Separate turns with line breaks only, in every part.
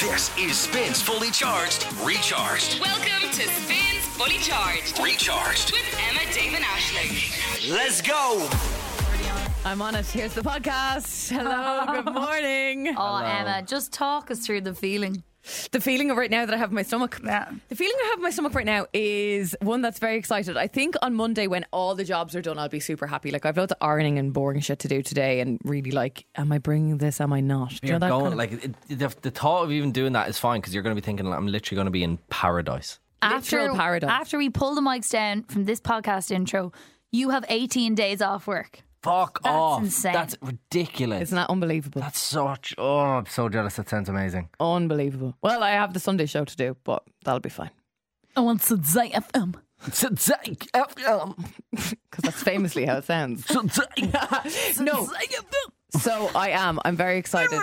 This is Spins Fully Charged, Recharged,
Welcome to Spins Fully Charged
Recharged.
with Emma Damon Ashley.
Let's go.
I'm on it. Here's the podcast. Hello, good morning.
Oh, Emma, just talk us through the feeling.
The feeling of right now that I have in my stomach.
Yeah.
The feeling I have in my stomach right now is one that's very excited. I think on Monday when all the jobs are done, I'll be super happy. Like I've loads of ironing and boring shit to do today, and really like, am I bringing this? Am I not? Do you
You're
know that
going
kind of-
like it, the, the thought of even doing that is fine because you're going to be thinking like, I'm literally going to be in paradise.
Literal paradise.
After we pull the mics down from this podcast intro, you have 18 days off work.
Fuck
That's
off!
insane.
That's ridiculous.
Isn't that unbelievable?
That's such. Oh, I'm so jealous. That sounds amazing.
unbelievable. Well, I have the Sunday show to do, but that'll be fine
I want to ZFM.
no,
because that's famously how it sounds. No, so I am. I'm very excited.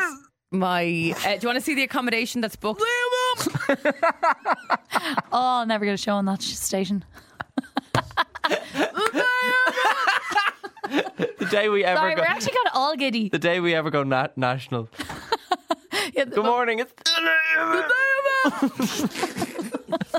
My, uh, do you want to see the accommodation that's booked?
Oh, I'm never going to show on that sh- station.
the day we ever
Sorry,
go.
we're actually kind of all giddy.
the day we ever go nat- national.
Yeah,
Good morning. It's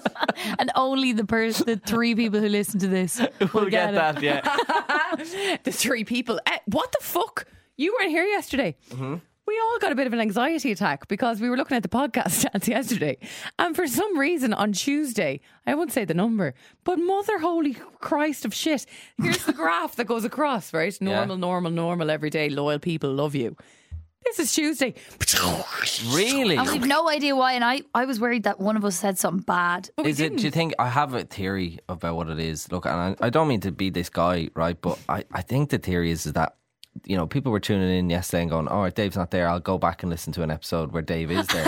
And only the person, the three people who listen to this will
we'll get
it.
that. Yeah.
the three people. Eh, what the fuck? You weren't here yesterday.
Mm-hmm.
We all got a bit of an anxiety attack because we were looking at the podcast stats yesterday. And for some reason on Tuesday, I won't say the number, but mother holy Christ of shit. Here's the graph that goes across, right? Normal, normal, normal, everyday, loyal people love you. This is Tuesday.
Really?
And we've no idea why. And I, I was worried that one of us said something bad.
is it? Do you think I have a theory about what it is? Look, and I, I don't mean to be this guy, right? But I, I think the theory is, is that you know people were tuning in yesterday and going, "All right, Dave's not there. I'll go back and listen to an episode where Dave is there."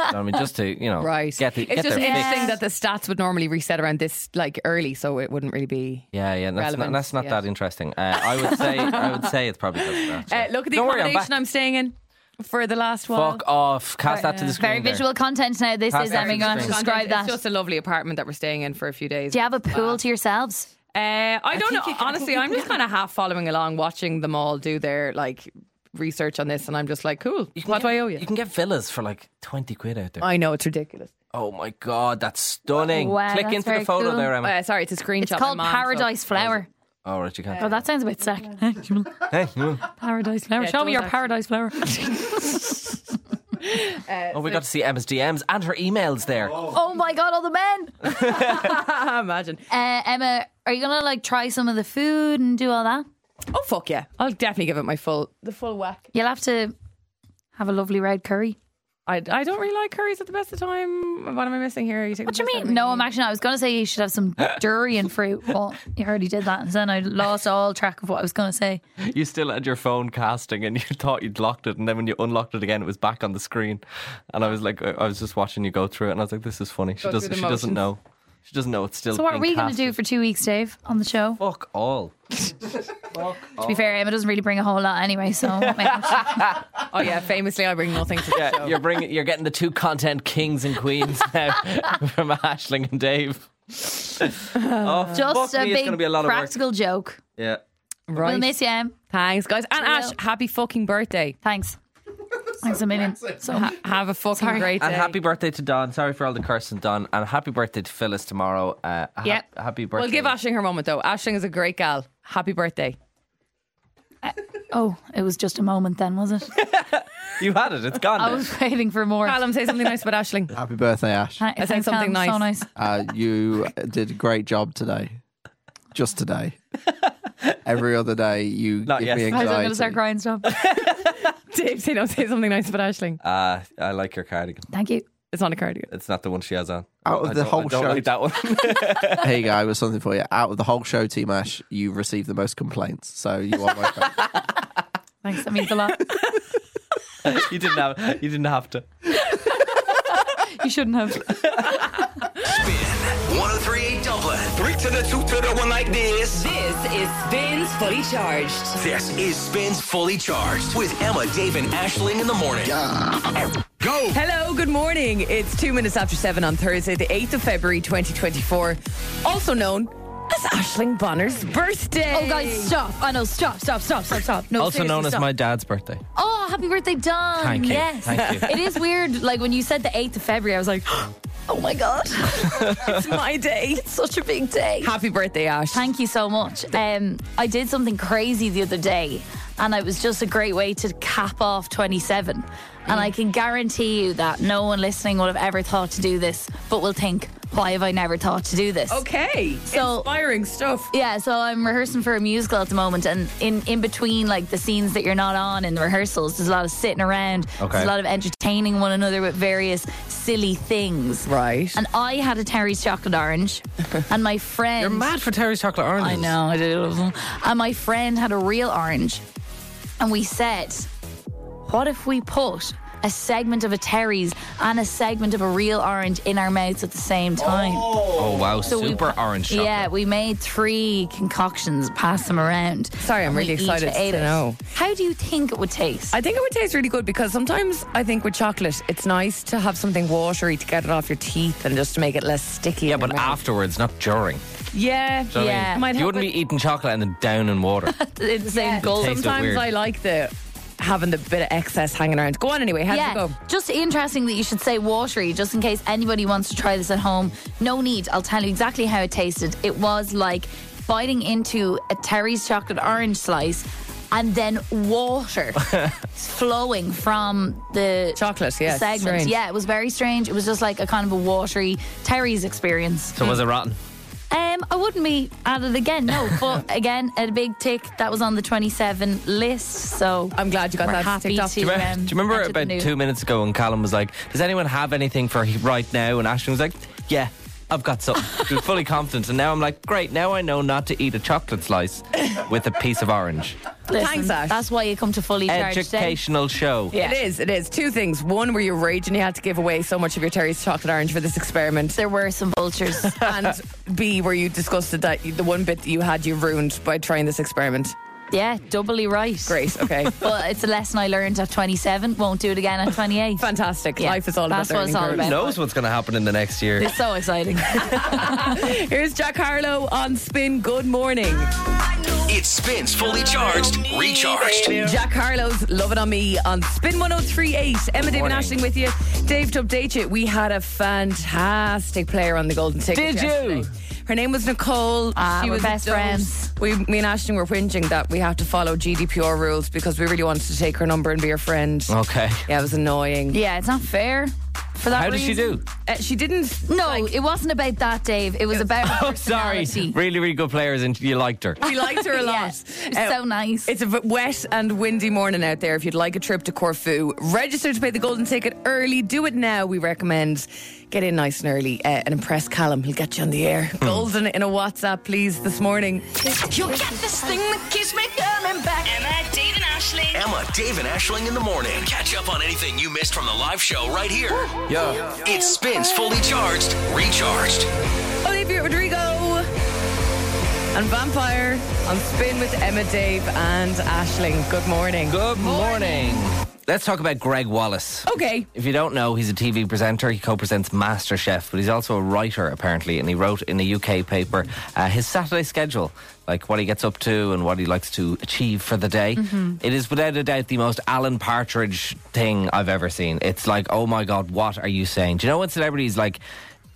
You know what I mean, just to you know,
Right.
Get the,
it's
get
just
their fix.
interesting that the stats would normally reset around this like early, so it wouldn't really be
Yeah, yeah, that's
relevant
not, that's not
yet.
that interesting. Uh, I would say, I would say it's probably. 'cause of that,
Uh,
yeah.
look at the
Don't worry, I'm
accommodation
back.
I'm staying in for the last while.
Fuck off! Cast that to the screen.
Very
there.
visual content now. This
Pass
is
that
Emma
to the
going to
screen.
describe that.
It's just a lovely apartment that we're staying in for a few days.
Do you have a pool to yourselves?
Uh, I don't know. Honestly, I'm just kind of half following along, watching them all do their like research on this, and I'm just like, cool.
can
What do
get-
I owe you?
You can get villas for like twenty quid out there.
I know it's ridiculous.
Oh my god, that's stunning!
Wow,
Click
that's
into the
very
photo
cool.
there, Emma.
Uh, sorry, it's a screenshot.
It's called
my mom took.
Paradise Flower.
oh, right, you can't.
Oh, that sounds a bit sick. paradise flower.
it
Show
does
me your
actually.
paradise flower.
Oh, we got to see Emma's DMs and her emails there.
oh my god, all the men.
Imagine.
Uh, Emma, are you gonna like try some of the food and do all that?
Oh fuck yeah! I'll definitely give it my full the full whack.
You'll have to have a lovely red curry.
I, I don't really like curries at the best of time. What am I missing here? Are you taking
What do
the piss
you
out of me?
mean? No, I'm actually. Not. I was gonna say you should have some durian fruit. Well, you already did that, and then I lost all track of what I was gonna say.
You still had your phone casting, and you thought you'd locked it, and then when you unlocked it again, it was back on the screen. And I was like, I was just watching you go through it, and I was like, this is funny. She
Go through
doesn't.
the
She doesn't
motions.
know. She doesn't know it's still.
So what are
being
we gonna
casted.
do for two weeks, Dave, on the show?
Fuck all.
To be fair, Emma doesn't really bring a whole lot anyway, so it might not-
Oh yeah, famously I bring nothing to the
Yeah,
show.
Uh, you're bringing. You're getting the two content kings and queens now from Ashling and Dave. oh,
just
fuck
a
me, it's
big
gonna be a lot of work.
practical joke.
Yeah.
Right.
We'll miss you, Em.
Thanks, guys. And Ash,
will.
happy fucking birthday.
Thanks. Thanks a million. So
Have a fucking great day.
And happy birthday to Don. Sorry for all the cursing, Don. And happy birthday to Phyllis tomorrow. Uh, ha-
Yep.
Happy birthday.
We'll give Ashling her moment though. Ashling is a great gal. Happy birthday.
Oh, it was just a moment then, was it?
You had it. It's gone.
I
now.
was waiting for more.
Callum, say something nice about Ashling.
Happy birthday, Ash.
I
said something
So
nice.
nice.
Uh, you did a great job today. Just today. Every other day, you
Not
give
yesterday.
me
I was
anxiety.
going to start crying. Stop.
Dave, say no, say something nice about Ashling.
Uh, I like your cardigan.
Thank you.
It's not a cardigan.
It's not the one she has on.
Out of
I
the
don't-
whole
I don't
show.
like that one.
Hey, guy, was something for you. Out of the whole show, Team Ash, you received the most complaints. So you are my friend.
Thanks. That means a lot.
you didn't have. You didn't have to.
You shouldn't have.
Spin 1038 Dublin. oh Three to the two to the one like this.
This is Spins Fully Charged.
This is Spins Fully Charged with Emma, Dave, and Ashling in the morning. Go.
Hello, good morning. It's two minutes after seven on Thursday, the 8th of February, 2024, also known as Ashling Bonner's birthday.
Oh, guys, stop. I know. Stop. Stop. Stop. Stop. Stop. No.
Also
seriously,
known as
stop.
my dad's birthday.
Oh, happy birthday, Don.
Thank you.
Yes.
Thank you.
It is weird. Like when you said the 8th of February, I was like, oh my God,
It's my day.
it's such a big day.
Happy birthday, Ash.
Thank you so much. Um, I did something crazy the other day, and it was just a great way to cap off 27. And I can guarantee you that no one listening would have ever thought to do this, but will think, why have I never thought to do this?
Okay.
So-
Inspiring stuff.
Yeah, so I'm rehearsing for a musical at the moment, and in, in between like the scenes that you're not on in the rehearsals, there's a lot of sitting around.
Okay.
There's a lot of entertaining one another with various silly things.
Right.
And I had a Terry's chocolate orange, and my friend
You're mad for Terry's chocolate orange.
I know, I do. And my friend had a real orange. And we said, what if we put a segment of a Terry's and a segment of a real orange in our mouths at the same time?
Oh wow,
So we-
super orange chocolate.
Yeah, we made three concoctions, pass them around.
Sorry, I'm
And we
really
each
excited
ate
to
it.
know.
How do you think it would taste?
I think it would taste really good because sometimes I think with chocolate, it's nice to have something watery to get it off your teeth and just to make it less sticky.
Yeah, but afterwards, not during.
yeah,
Do you know what I
Yeah.
mean?
Might
you
help
wouldn't
with-
be eating chocolate and then down in water.
It's the same goal.
Tastes a bit
Sometimes
weird.
I like the having the bit of excess hanging around. Go on anyway. How
yeah,
did it go?
just interesting that you should say watery, just in case anybody wants to try this at home. No need. I'll tell you exactly how it tasted. It was like biting into a Terry's chocolate orange slice, and then water flowing from the
Chocolate, yeah,
segment.
strange.
Yeah, it was very strange. It was just like a kind of a watery Terry's experience.
so was it rotten?
Um, I wouldn't be at it again, no. But again, a big tick that was on the twenty-seven list. So
I'm glad you got
we're
that
happy
ticked off.
to,
Do you remember,
um,
do you remember
enter the
about
new-
two minutes ago when Callum was like, "Does anyone have anything for he- right now?" And Ashton was like, "Yeah, I've got something." she was fully confident, and now I'm like, "Great, now I know not to eat a chocolate slice with a piece of orange."
Listen,
Thanks, Ash.
That's why you come to fully charged.
Educational show.
Yeah.
It is. It is two things. One, where you rage and you had to give away so much of your Terry's chocolate orange for this experiment,
There were some vultures.
and B, where you disgusted that you- the one bit that you had you ruined by trying this experiment.
yeah, doubly right.
Great. Okay.
But it's a lesson I learned at 27. Won't do it again at 28.
Fantastic.
Yeah,
Life is all
that's
about
what it's
learning
all
curves.
Who
about.
knows what's going to happen in the next year?
It's so exciting.
Here's Jack Harlow on Spin. Good morning.
It spins fully charged, recharged.
Jack Harlow's Love It On Me on Spin 1038. Emma David
morning.
Ashling with you. Dave, to update you, we had a fantastic player on the Golden Ticket.
Did you?
yesterday. Her name was Nicole.
Ah,
she
we're
was
best
a dote.
friends.
We, me and Ashling were whinging that we had to follow GDPR rules because we really wanted to take her number and be her friend.
Okay.
Yeah, it was annoying.
yeah, it's not fair. For that
How did she do?
Uh, she didn't.
No, it wasn't about that, Dave. It was about. her
Oh, sorry.
personality.
Really, really good players, and you liked her.
We liked her a lot. Uh,
Yeah, it was
Uh,
so nice.
It's a v- wet and windy morning out there. If you'd like a trip to Corfu, register to pay the golden ticket early. Do it now. We recommend get in nice and early uh, and impress Callum. He'll get you on the air.
Hmm.
Golden in a WhatsApp, please, this morning.
You'll get this thing that keeps me coming back. Emma, Dave, and Ashling.
Emma, Dave, and Ashling in the morning. Catch up on anything you missed from the live show right here.
Yeah.
It spins fully charged, recharged.
Olivia Rodrigo and Vampire on Spin with Emma, Dave, and Ashling. Good morning.
Good morning. Let's talk about Greg Wallace.
Okay.
If you don't know, he's a TV presenter. He co presents MasterChef, but he's also a writer, apparently. And he wrote in a UK paper uh, his Saturday schedule, like what he gets up to and what he likes to achieve for the day. It is without a doubt the most Alan Partridge thing I've ever seen. It's like, oh my God, what are you saying? Do you know when celebrities like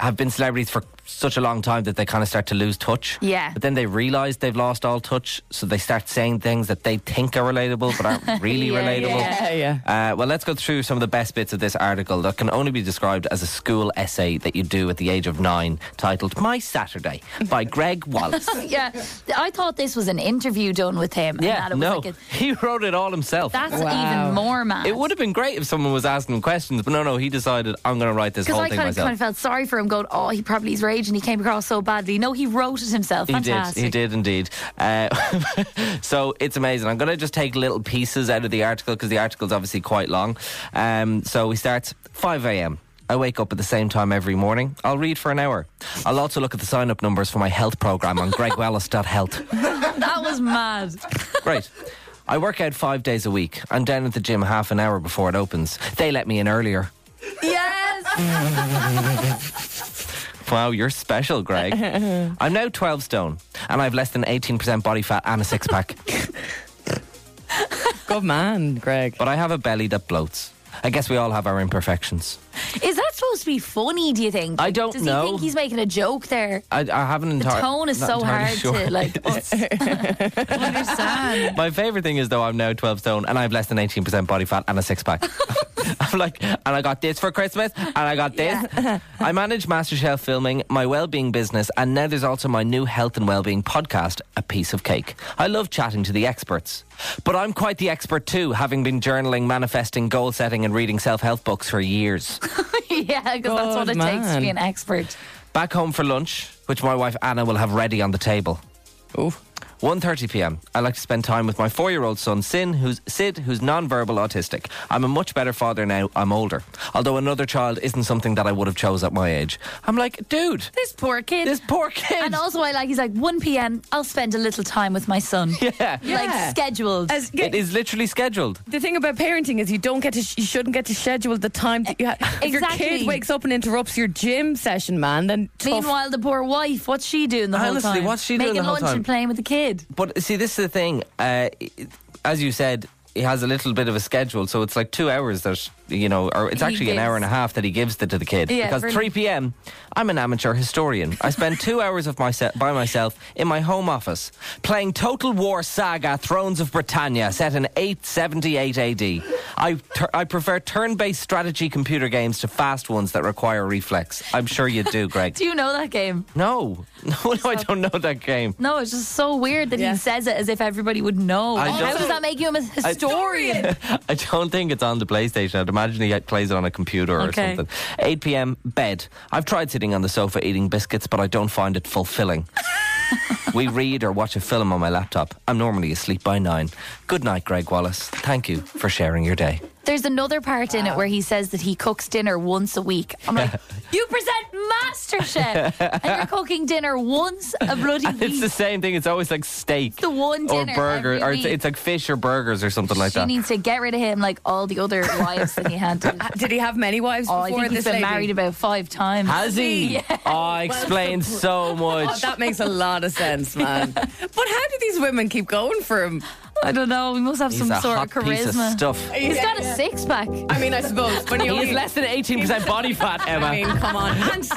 have been celebrities for such a long time that they kind of start to lose touch?
Yeah.
But then they realize they've lost all touch, so they start saying things that they think are relatable but aren't really
Yeah,
relatable.
yeah.
yeah.
Uh, well, let's go through some of the best bits of this article that can only be described as a school essay that you do at the age of nine, titled My Saturday by Greg Wallace.
Yeah, I thought this was an interview done with him. and
yeah,
that it was
no,
like a-
he wrote it all himself.
that's
Wow.
even more mad.
it would have been great if someone was asking him questions, but no, no, he decided I'm going to write this
Because
whole
I
thing
kind of,
myself.
kind of felt sorry for him, going, "Oh, he probably is raging. He came across so badly." No, he wrote it himself.
He
Fantastic.
did. He did indeed. Uh, so it's amazing. I'm going to just take little pieces out of the article because the article's obviously quite long. Um, so he starts 5 a.m. I wake up at the same time every morning. I'll read for an hour. I'll also look at the sign up numbers for my health program on gregwallace.health.
That was mad.
Great. I work out five days a week. I'm down at the gym half an hour before it opens. They let me in earlier.
Yes.
Wow, you're special, Greg. I'm now 12 stone and I've less than 18% body fat and a six pack.
Good man, Greg.
But I have a belly that bloats. I guess we all have our imperfections.
Is that supposed to be funny? Do you think?
I don't
Does
know.
he think he's making a joke there?
I, I haven't
The
entirely.
tone is so hard to like us- understand.
My favorite thing is though I'm now 12 stone and I have less than 18% body fat and a six pack. I'm like, and I got this for Christmas, and I got this. I manage MasterChef filming, my well-being business, and now there's also my new health and well-being podcast, A Piece of Cake. I love chatting to the experts, but I'm quite the expert too, having been journaling, manifesting, goal setting, and reading self-help books for years.
yeah, because that's what
Good
it takes to
man.
be an expert.
Back home for lunch, which my wife Anna will have ready on the table.
Oh,
1.30 p.m. I like to spend time with my four-year-old son, Sin, who's Sid, who's non-verbal autistic. I'm a much better father now. I'm older. Although another child isn't something that I would have chose at my age. I'm like, dude,
This poor kid.
this poor kid.
and also, I like. He's like 1 p.m. I'll spend a little time with my son.
yeah.
Yeah.
Like scheduled.
as
It is literally scheduled.
the thing about parenting is you don't get to, you shouldn't get to schedule the time that you have. If your kid
Exactly.
wakes up and interrupts your gym session, man, then tough.
Meanwhile, the poor wife, what's she doing the whole
Honestly,
time?
what's she doing
Making
the whole
lunch
time?
and playing with the kid.
But see, this is the thing. Uh, it- as you said, he has a little bit of a schedule, so it's like two hours that you know, or it's
He
actually an hour
gives.
and a half that he gives to, to the kid.
Yeah,
because
brilliant.
three p.m. I'm an amateur historian. I spend two hours of myself by myself in my home office playing Total War Saga: Thrones of Britannia, set in 878 AD. I tur- I prefer turn-based strategy computer games to fast ones that require reflex. I'm sure you do, Greg.
Do you know that game?
no, no, no, I don't know that game.
No, it's just so weird that
Yeah.
he says it as if everybody would know.
I don't-
How does that make him a historian?
I don't think it's on the PlayStation. I'd imagine he plays it on a computer or
Okay.
something. 8 p.m. bed. I've tried sitting on the sofa eating biscuits, but I don't find it fulfilling. we read or watch a film on my laptop. I'm normally asleep by nine. Good night, Greg Wallace. Thank you for sharing your day.
There's another part in it where he says that he cooks dinner once a week. I'm like, you present MasterChef and you're cooking dinner once a bloody week.
It's the same thing. It's always like steak
the one
or
dinner
burger,
every
or it's,
week.
it's like fish or burgers or something like
she
that.
needs to get rid of him like all the other wives that he had. To.
did he have many wives
Oh,
before
I think
this
he's been
lady?
married about five times.
Has he?
Yeah.
Oh, explains so
Oh,
much.
that makes a lot of sense, man. But how do these women keep going for him?
I don't know. He must have
He's
some
a
sort
hot
of charisma.
piece of stuff.
He's got a six pack.
I mean, I suppose when you
He is less than 18% body fat, Emma.
I mean, come on. And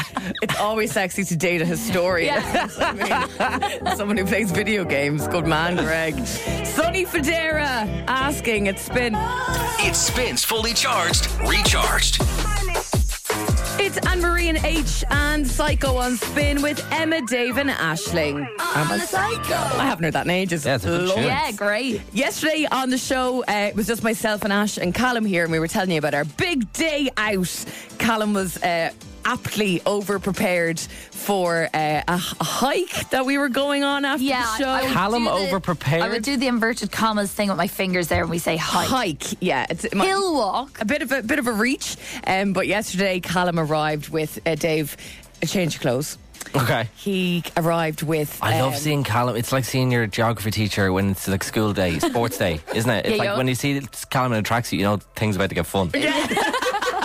it's always sexy to date a historian. I mean, someone who plays video games. Good man, Greg. Sonny Federa asking at Spin.
It spins fully charged, recharged.
It's Anne Marie and H and Psycho on Spin with Emma, Dave, and Ashling.
I'm a Uh, psycho.
I haven't heard that in ages.
Yeah, it's a good
Love
tune.
Yeah, great.
Yesterday on the show, uh, it was just myself and Ash and Callum here, and we were telling you about our big day out. Callum was uh, aptly over prepared for uh, a, a hike that we were going on after
Yeah,
the show.
I, I would
Callum
do the-
overprepared?
I would do the inverted commas thing with my fingers there, and we say hike.
hike, yeah, it's my-
Hill walk.
a bit of a bit of a reach. Um, but yesterday, Callum arrived with uh, Dave a change of clothes.
Okay.
He arrived with.
I love
um,
seeing Callum. It's like seeing your geography teacher when it's like school day, sports day, isn't it? It's
Yeah,
like
yeah.
when you see Callum in a tracksuit, you know things about to get fun.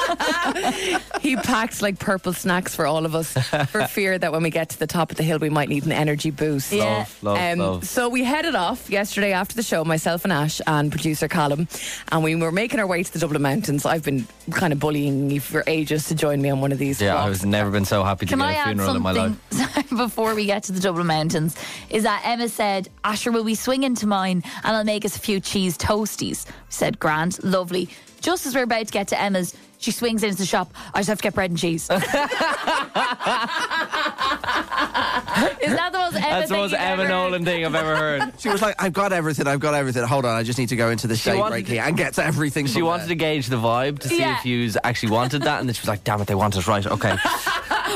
He packed like purple snacks for all of us for fear that when we get to the top of the hill, we might need an energy boost. Um,
Yeah.
Love, love,
Um,
love.
So we headed off yesterday after the show, myself and Ash and producer Callum, and we were making our way to the Dublin Mountains. I've been kind of bullying you for ages to join me on one of these.
Yeah,
walks.
I've never been so happy to
Can
get
I
a
add
funeral in my life.
something before we get to the Dublin Mountains? Is that Emma said, Asher will be swinging to mine and I'll make us a few cheese toasties. We said, Grand, lovely. Just as we're about to get to Emma's, she swings into the shop. I just have to get bread and cheese. Is that the most Emma
That's the
thing
most
you've
Emma
ever
Nolan thing I've ever heard.
She was like, I've got everything, I've got everything. Hold on, I just need to go into the shade
wanted
break
to-
here and get everything.
She wanted to gauge the vibe to see
Yeah.
if you actually wanted that, and then she was like, damn it, they want us right. Okay.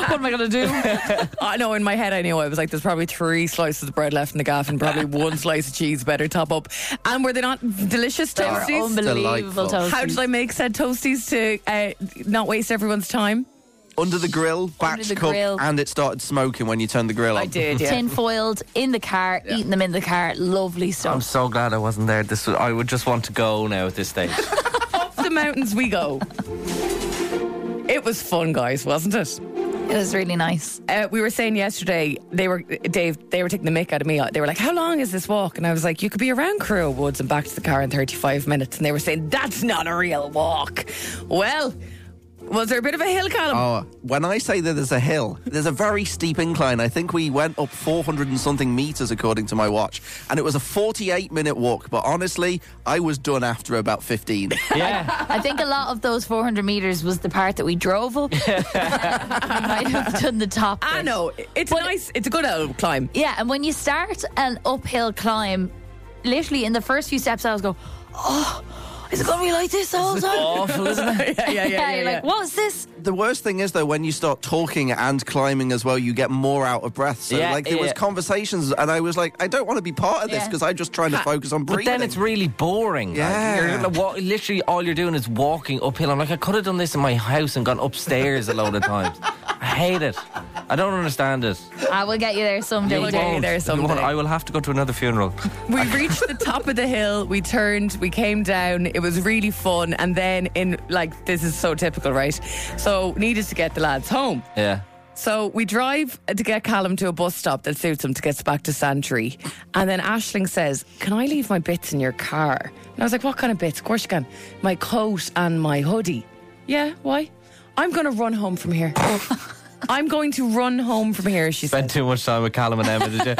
What am I going to do?
I know in my head I knew I was like, there's probably three slices of bread left in the gaff and probably one slice of cheese better top up. And were they not delicious
They were
toasties?
unbelievable
Delightful.
toasties.
How did I make said toasties to uh, not waste everyone's time?
under the grill, batch
the
cooked,
grill.
and it started smoking when you turned the grill on.
I did, yeah.
tinfoiled in the car, eating them in the car. Lovely
I'm
stuff.
so glad I wasn't there. This was, I would just want to go now at this stage.
Up the mountains we go. It was fun, guys, wasn't it?
It was really nice.
uh, we were saying yesterday they were Dave they were taking the mick out of me they were like how long is this walk and I was like you could be around Crewe Woods and back to the car in 35 minutes and they were saying that's not a real walk well was there a bit of a hill column
Oh, when I say that there's a hill, there's a very steep incline. I think we went up 400 and something meters, according to my watch, and it was a 48 minute walk. But honestly, I was done after about 15.
Yeah.
I think a lot of those 400 meters was the part that we drove up. we might have done the top.
I
bit.
know it's nice it's a good old climb
Yeah, and when you start an uphill climb, literally in the first few steps, I was going, oh, is it going to be like this the whole time?
Awful, isn't it?
yeah yeah yeah, yeah,
you're
yeah.
like, what's this?
the worst thing is, though, when you start talking and climbing as well, you get more out of breath. So,
Yeah,
like, there was
yeah.
conversations, and I was like, I don't want to be part of this
Yeah.
because I'm just trying to focus on
But
breathing.
then it's really boring. like,
Yeah.
you're li- wa- literally all you're doing is walking uphill. I'm like, I could have done this in my house and gone upstairs a load of times. I hate it. I don't understand it.
I will get you there someday.
You'll
Dave.
get you there
You won't.
someday.
I will have to go to another funeral.
We reached the top of the hill, we turned, we came down, it was really fun, and then in like this is so typical, right? So needed to get the lads home.
Yeah.
So we drive to get Callum to a bus stop that suits him to get us back to Santry. And then Ashling says, Can I leave my bits in your car? And I was like, What kind of bits? Of course you can. My coat and my hoodie. Yeah, why? I'm going to run home from here. I'm going to run home from here, she said.
Spent too much time with Callum and Emma, did you?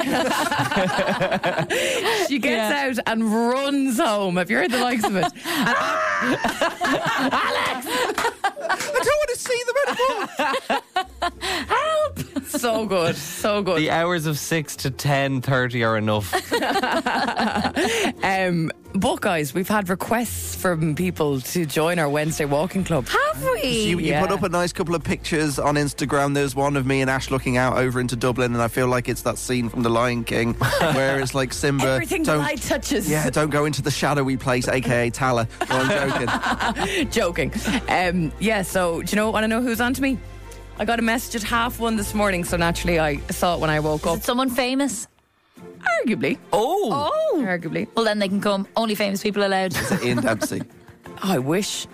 She gets out and runs home. Have you heard the likes of it? And
I don't want to see them anymore.
so good, so
the
good.
hours of 6 to ten thirty are enough.
Um, but guys, we've had requests from people to join our Wednesday walking club.
Have we?
You, you
Yeah.
put up a nice couple of pictures on Instagram. There's one of me and Ash looking out over into Dublin, and I feel like it's that scene from The Lion King where it's like Simba.
Everything the
Uh, don't,
light touches.
yeah, don't go into the shadowy place, aka Tala. No, I'm joking.
Joking. Um, yeah, so do you know, want to know who's on to me? I got a message at half one this morning, so naturally I saw it when I woke up.
Is it someone famous?
Arguably.
Oh!
Arguably.
Well, then they can come. Only famous people allowed.
Ian Dempsey.
I wish.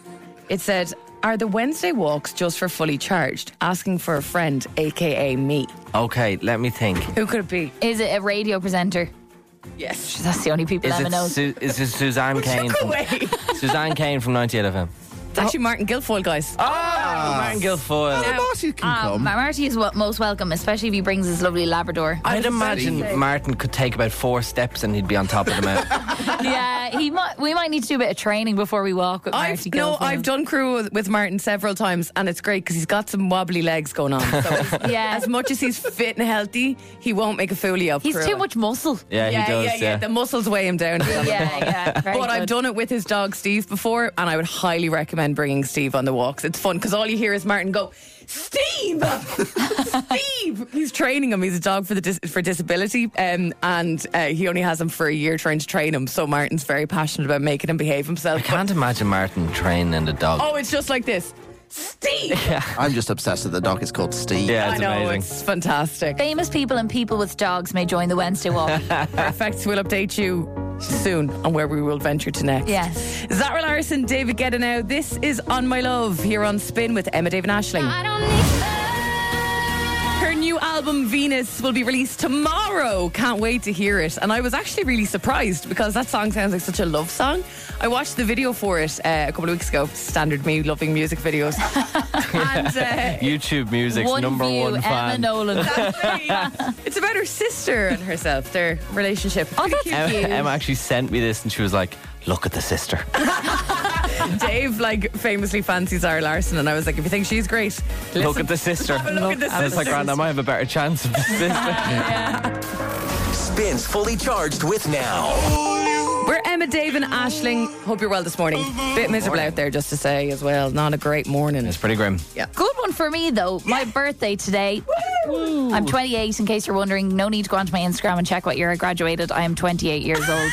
it said, Are the Wednesday walks just for fully charged? Asking for a friend, aka me.
Okay, let me think.
Who could it be?
Is it a radio presenter?
Yes.
That's the only people
Is
I
it,
know.
Su- is it Suzanne Kane?
Look
From,
away. it's
Suzanne Kane from 98 FM.
actually Martin Guilfoyle, guys.
Oh! Martin Guilfoyle.
Well, Marty can
Um,
come.
Marty is what most welcome, especially if he brings his lovely Labrador.
I'd imagine Martin could take about four steps and he'd be on top of the mountain.
yeah, he might. We might need to do a bit of training before we walk. With
I've
Marty
no,
Guilfoyle.
I've done crew with- with Martin several times, and it's great because he's got some wobbly legs going on. So
Yeah.
as much as he's fit and healthy, he won't make a foolie of.
He's
Crewe.
too much muscle.
Yeah, he does. Yeah,
The muscles weigh him down.
yeah, yeah. very
But I've
good.
done it with his dog Steve before, and I would highly recommend bringing Steve on the walks. It's fun because all you hear is Martin go, "Steve, Steve." He's training him. He's a dog for the dis- for disability, um, and uh, he only has him for a year trying to train him. So Martin's very passionate about making him behave himself.
I can't imagine Martin training the dog.
Oh, it's just like this, Steve.
I'm just obsessed with the dog. It's called Steve.
yeah,
I
it's
know
amazing.
it's fantastic.
Famous people and people with dogs may join the Wednesday walk.
Perfect. We'll update you soon on where we will venture to next.
yes.
Zara Larson, David Guetta now. This is On My Love here on Spin with Emma David Ashling. Her new album, Venus, will be released tomorrow. Can't wait to hear it. And I was actually really surprised because that song sounds like such a love song. I watched the video for it uh, a couple of weeks ago. Standard me loving music videos. and uh,
YouTube music's
one
number
view,
one
Emma
fan.
Nolan.
it's about her sister and herself, their relationship.
Oh, that's cute.
Emma, Emma actually sent me this and she was like, look at the sister.
Dave like famously fancies Zara Larson, and I was like, if you think she's great,
Look
listen
at the sister.
Have a look at the
and it's like,
sister.
Grand, I might have a better chance of the sister.
Spins fully charged with now.
We're Emma, Dave, and Ashling. Hope you're well this morning. Bit miserable out there, just to say as well. Not a great morning.
it's pretty grim.
Good one for me, though. My birthday today. I'm 28, in case you're wondering. No need to go onto my Instagram and check what year I graduated. I am 28 years old.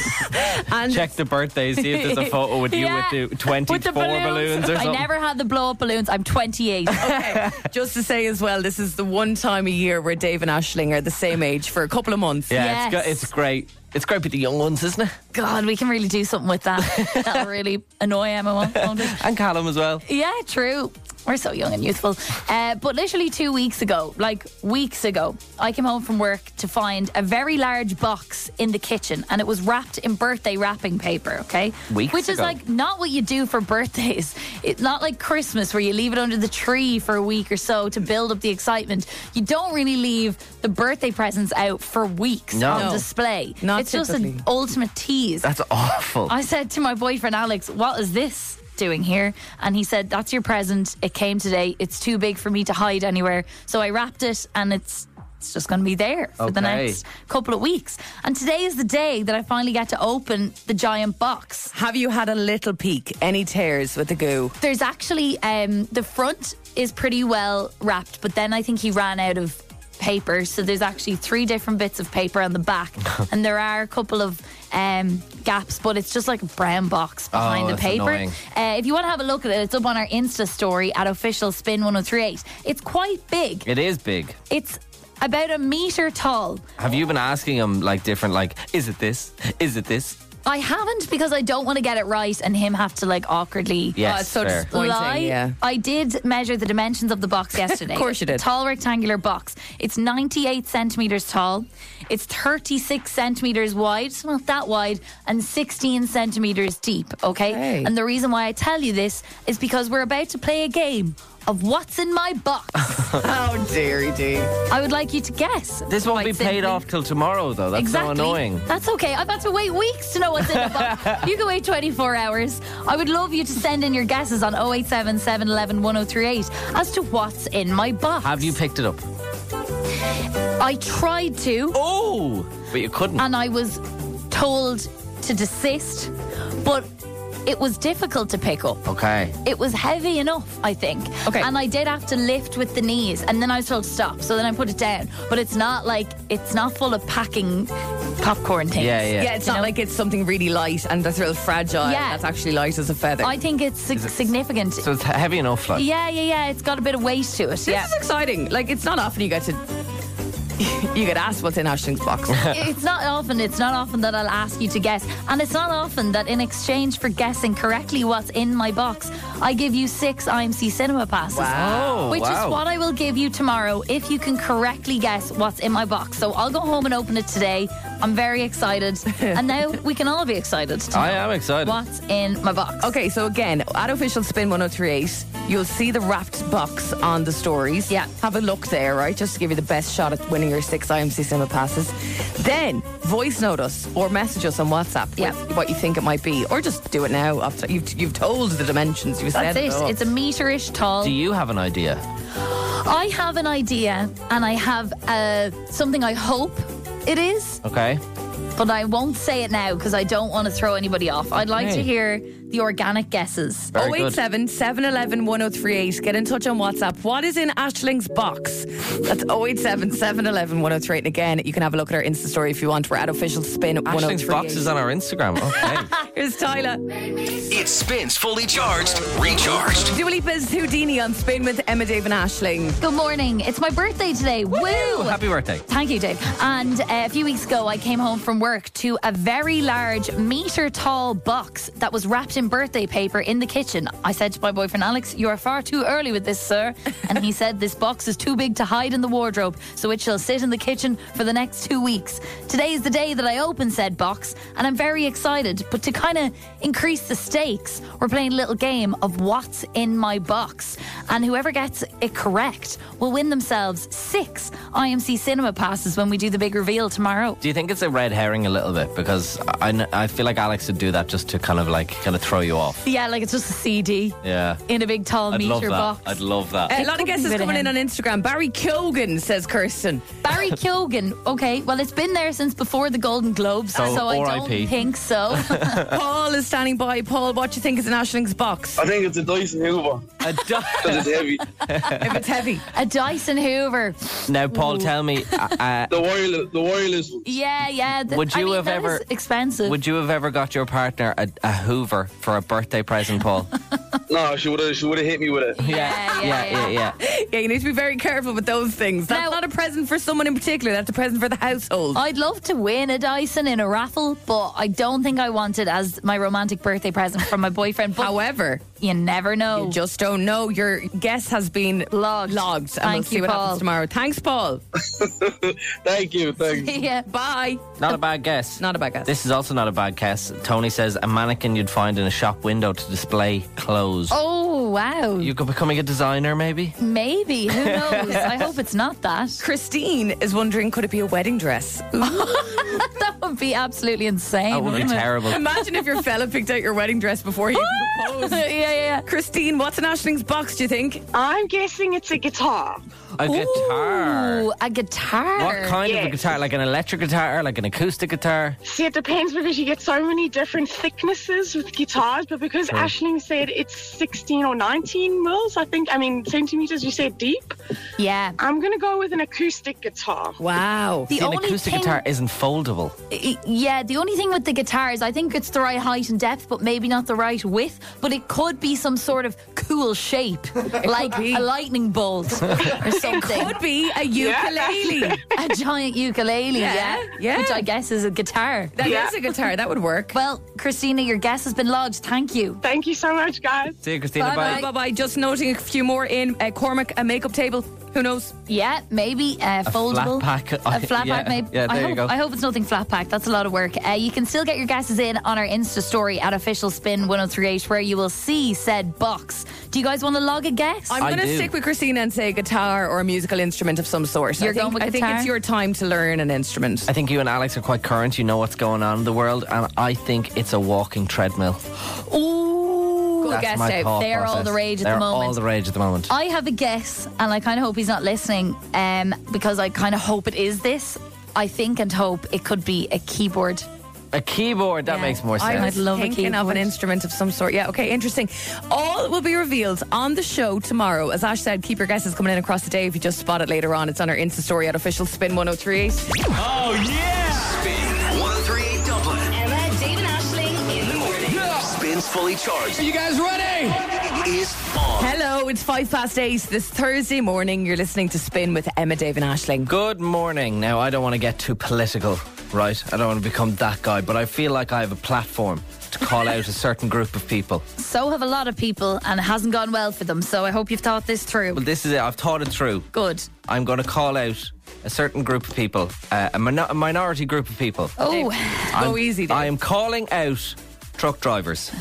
And
Check the birthday, see if there's a photo with you
Yeah.
with the 24
With the
balloons. or
I
something.
never had the blow up balloons. I'm 28.
okay, just to say as well, this is the one time a year where Dave and Ashling are the same age for a couple of months.
Yeah,
Yes.
it's, go- it's great. It's great with the young ones, isn't it?
God, we can really do something with that. That'll really annoy Emma, won't- won't it?
And Callum as well.
Yeah, true. We're so young and youthful. Uh, but literally two weeks ago, like weeks ago, I came home from work to find a very large box in the kitchen and it was wrapped in birthday wrapping paper, okay?
Weeks
Which is
ago.
like not what you do for birthdays. It's not like Christmas where you leave it under the tree for a week or so to build up the excitement. You don't really leave the birthday presents out for weeks
No.
on
No.
display.
Not
it's just an
typically.
ultimate tease.
That's awful.
I said to my boyfriend Alex, "What is this doing here?" And he said, "That's your present. It came today. It's too big for me to hide anywhere." So I wrapped it, and it's it's just going to be there for the
Okay.
next couple of weeks. And today is the day that I finally get to open the giant box.
Have you had a little peek? Any tears with the goo?
There's actually um, the front is pretty well wrapped, but then I think he ran out of paper. So there's actually three different bits of paper on the back, and there are a couple of um, gaps, but it's just like a brown box behind
Oh,
the
that's
paper.
annoying.
Uh, if you want to have a look at it, it's up on our Insta story at official spin 1038. It's quite big.
it is big.
It's about a meter tall.
Have you been asking him like different, like, is it this? Is it this?
I haven't because I don't want to get it right and him have to like awkwardly
Yes,
it's so
fair.
dis- disappointing,
lie.
yeah.
I did measure the dimensions of the box yesterday.
Of course you did.
Tall rectangular box. It's 98 centimeters tall. It's 36 centimeters wide, so not that wide, and 16 centimeters deep. Okay?
Okay.
And the reason why I tell you this is because we're about to play a game of what's in my box.
Oh, dearie dee.
I would like you to guess.
This won't
quite
be paid
simply.
off till tomorrow, though. That's
Exactly.
so annoying.
That's okay. I've had to wait weeks to know what's in the box. you can wait 24 hours. I would love you to send in your guesses on 087 711 1038 as to what's in my box.
Have you picked it up?
I tried to,
Oh, but you couldn't.
and I was told to desist, but it was difficult to pick up.
okay.
It was heavy enough, I think.
Okay.
And I did have to lift with the knees, and then I was told to stop. So then I put it down. But it's not like it's not full of packing popcorn things.
Yeah, yeah.
Yeah, it's not
know?
like it's something really light and that's real fragile.
Yeah.
That's actually light as a feather.
I think it's sig- significant.
So it's heavy enough, like.
yeah, yeah, yeah. It's got a bit of weight to it.
this
Yeah.
is exciting. Like, it's not often you get to. You get asked what's in Ashling's box.
It's not often. It's not often that I'll ask you to guess, and it's not often that in exchange for guessing correctly what's in my box, I give you six IMC cinema passes.
Wow,
Which
wow.
is what I will give you tomorrow if you can correctly guess what's in my box. So I'll go home and open it today. I'm very excited, and now we can all be excited. To
I
know
am excited.
What's in my box?
Okay, so again, at official spin 1038, you'll see the wrapped box on the stories.
Yeah.
Have a look there, right? Just to give you the best shot at winning your six IMC cinema passes. Then voice note us or message us on WhatsApp
Yeah.
with what you think it might be. Or just do it now after you've you've told the dimensions, you've
That's
said
it.
all.
It's a meter-ish tall.
Do you have an idea?
I have an idea, and I have uh, something I hope it is,
Okay.
but I won't say it now because I don't want to throw anybody off. I'd like
Okay.
to hear the organic guesses.
Very good.
087 711 1038. Get in touch on WhatsApp. What is in Ashling's box? That's 087 711 1038. And again, you can have a look at our Insta story if you want. We're at official spin
Ashling's
1038.
box is on our Instagram. Okay.
Here's Tyler.
It spins fully charged, recharged.
Dua Lipa's Houdini on spin with Emma, Dave, and Ashling.
Good morning. It's my birthday today. Woo!
Happy birthday.
Thank you, Dave. And uh, a few weeks ago, I came home from work to a very large, meter tall box that was wrapped in birthday paper in the kitchen. I said to my boyfriend, Alex, you are far too early with this, sir. And he said, This box is too big to hide in the wardrobe, so it shall sit in the kitchen for the next two weeks. Today is the day that I open said box, and I'm very excited. But to kind of increase the stakes, we're playing a little game of what's in my box. And whoever gets it correct will win themselves six IMC cinema passes when we do the big reveal tomorrow.
Do you think it's a red herring a little bit? Because I, kn- I feel like Alex would do that just to kind of like kind of throw you off.
Yeah, like it's just a CD
Yeah.
in a big tall
I'd
meter
love that.
box.
I'd love that.
A lot
couldn't
of
be
guesses
better
coming in on
him.
Instagram. Barry Kogan says Kirsten.
Barry Keoghan. Okay, well, it's been there since before the Golden Globes, so,
So,
I don't
RIP.
think so.
Paul is standing by. Paul, what do you think is in Ashling's box?
Oh,
I think it's a Dyson Hoover
A du-
because it's heavy.
if it's heavy.
a Dyson Hoover.
now, Paul, tell me, uh,
The wireless, the wireless one.
Yeah, yeah. th-
Would
I
you
mean,
have
that
ever-
is expensive?
would you have ever got your partner a, a Hoover for a birthday present, Paul?
No, she would have, she would have hit me with it.
Yeah, yeah,
yeah, yeah. yeah.
Yeah, you need to be very careful with those things. That's
Now-
not a present for someone in particular. That's a present for the household.
I'd love to win a Dyson in a raffle, but I don't think I want it as my romantic birthday present from my boyfriend. But
However,
You never know.
You just don't know. Your guess has been
Oh. Logged.
Logged. And
Thank
we'll see
you,
what
Paul.
happens tomorrow. Thanks, Paul.
Thank you. Thank you.
yeah.
Bye.
Not a bad guess.
Not a bad guess.
This is also not a bad guess. Tony says a mannequin you'd find in a shop window to display clothes.
Oh, wow.
You could becoming a designer, maybe.
Maybe. Who knows? I hope it's not that.
Christine is wondering could it be a wedding dress?
That would be absolutely insane.
That would be
wouldn't it?
terrible.
Imagine if your fella picked out your wedding dress before you even proposed.
yeah, yeah, yeah.
Christine, what's an Ashling's box, do you think?
I'm guessing it's a guitar.
A guitar.
Ooh, a guitar.
What kind of a
Yes.
guitar? Like an electric guitar, like an acoustic guitar?
See, it depends because you get so many different thicknesses with guitars, but because Ashling said it's 16 or 19 mils, I think, I mean, centimeters, you said deep.
Yeah.
I'm going to go with an acoustic guitar.
Wow.
The
See, an acoustic guitar isn't foldable.
I- yeah, the only thing with the guitar is I think it's the right height and depth, but maybe not the right width. But it could be some sort of cool shape, like a lightning bolt or something.
Could be a ukulele.
a giant ukulele, yeah,
yeah.
which I guess is a guitar.
That is a guitar. That would work.
Well, Christina, your guess has been lodged. Thank you.
Thank you so much, guys.
See you, Christina.
Bye-bye.
Bye.
Bye bye. Just noting a few more in uh, Cormac, a makeup table. Who knows?
Yeah, maybe uh, foldable.
flat pack.
A flat
Yeah,
pack, maybe.
yeah,
I,
there you
hope,
go.
I hope it's nothing flat pack. That's a lot of work. Uh, you can still get your guesses in on our Insta story at official spin 1038, where you will see said box. Do you guys want to log a guess?
I'm
I
going to
do.
stick with Christina and say guitar or a musical instrument of some sort.
You're
I think,
going with
I think
guitar?
it's your time to learn an instrument.
I think you and Alex are quite current. You know what's going on in the world, and I think it's a walking treadmill.
Ooh,
That's
guess
my
out.
thought
They're all
process.
the rage at
They're
the moment.
all the rage at the moment.
I have a guess, and I kind of hope he's not listening um, because I kind of hope it is this. I think and hope it could be a keyboard.
A keyboard that
Yeah.
makes more
I
sense.
would love a
thinking of
keyboard.
an instrument of some sort. Yeah, okay, interesting. All will be revealed on the show tomorrow. As Ash said, keep your guesses coming in across the day if you just spot it later on. It's on our Insta story at official spin 1038.
Oh, yeah! Spin 1038 Dublin.
Emma, Dave, and Ashling in the morning.
Spins fully charged. Are you guys ready? Is on.
Hello, it's five past eight this Thursday morning. You're listening to Spin with Emma, Dave, and Ashling.
Good morning. Now, I don't want to get too political, right? I don't want to become that guy, but I feel like I have a platform to call out a certain group of people.
So have a lot of people, and it hasn't gone well for them. So I hope you've thought this through.
Well, this is it. I've thought it through.
Good.
I'm going to call out a certain group of people, uh, a, min- a minority group of people.
Oh,
I'm,
Go easy, Dave.
I am calling out truck drivers.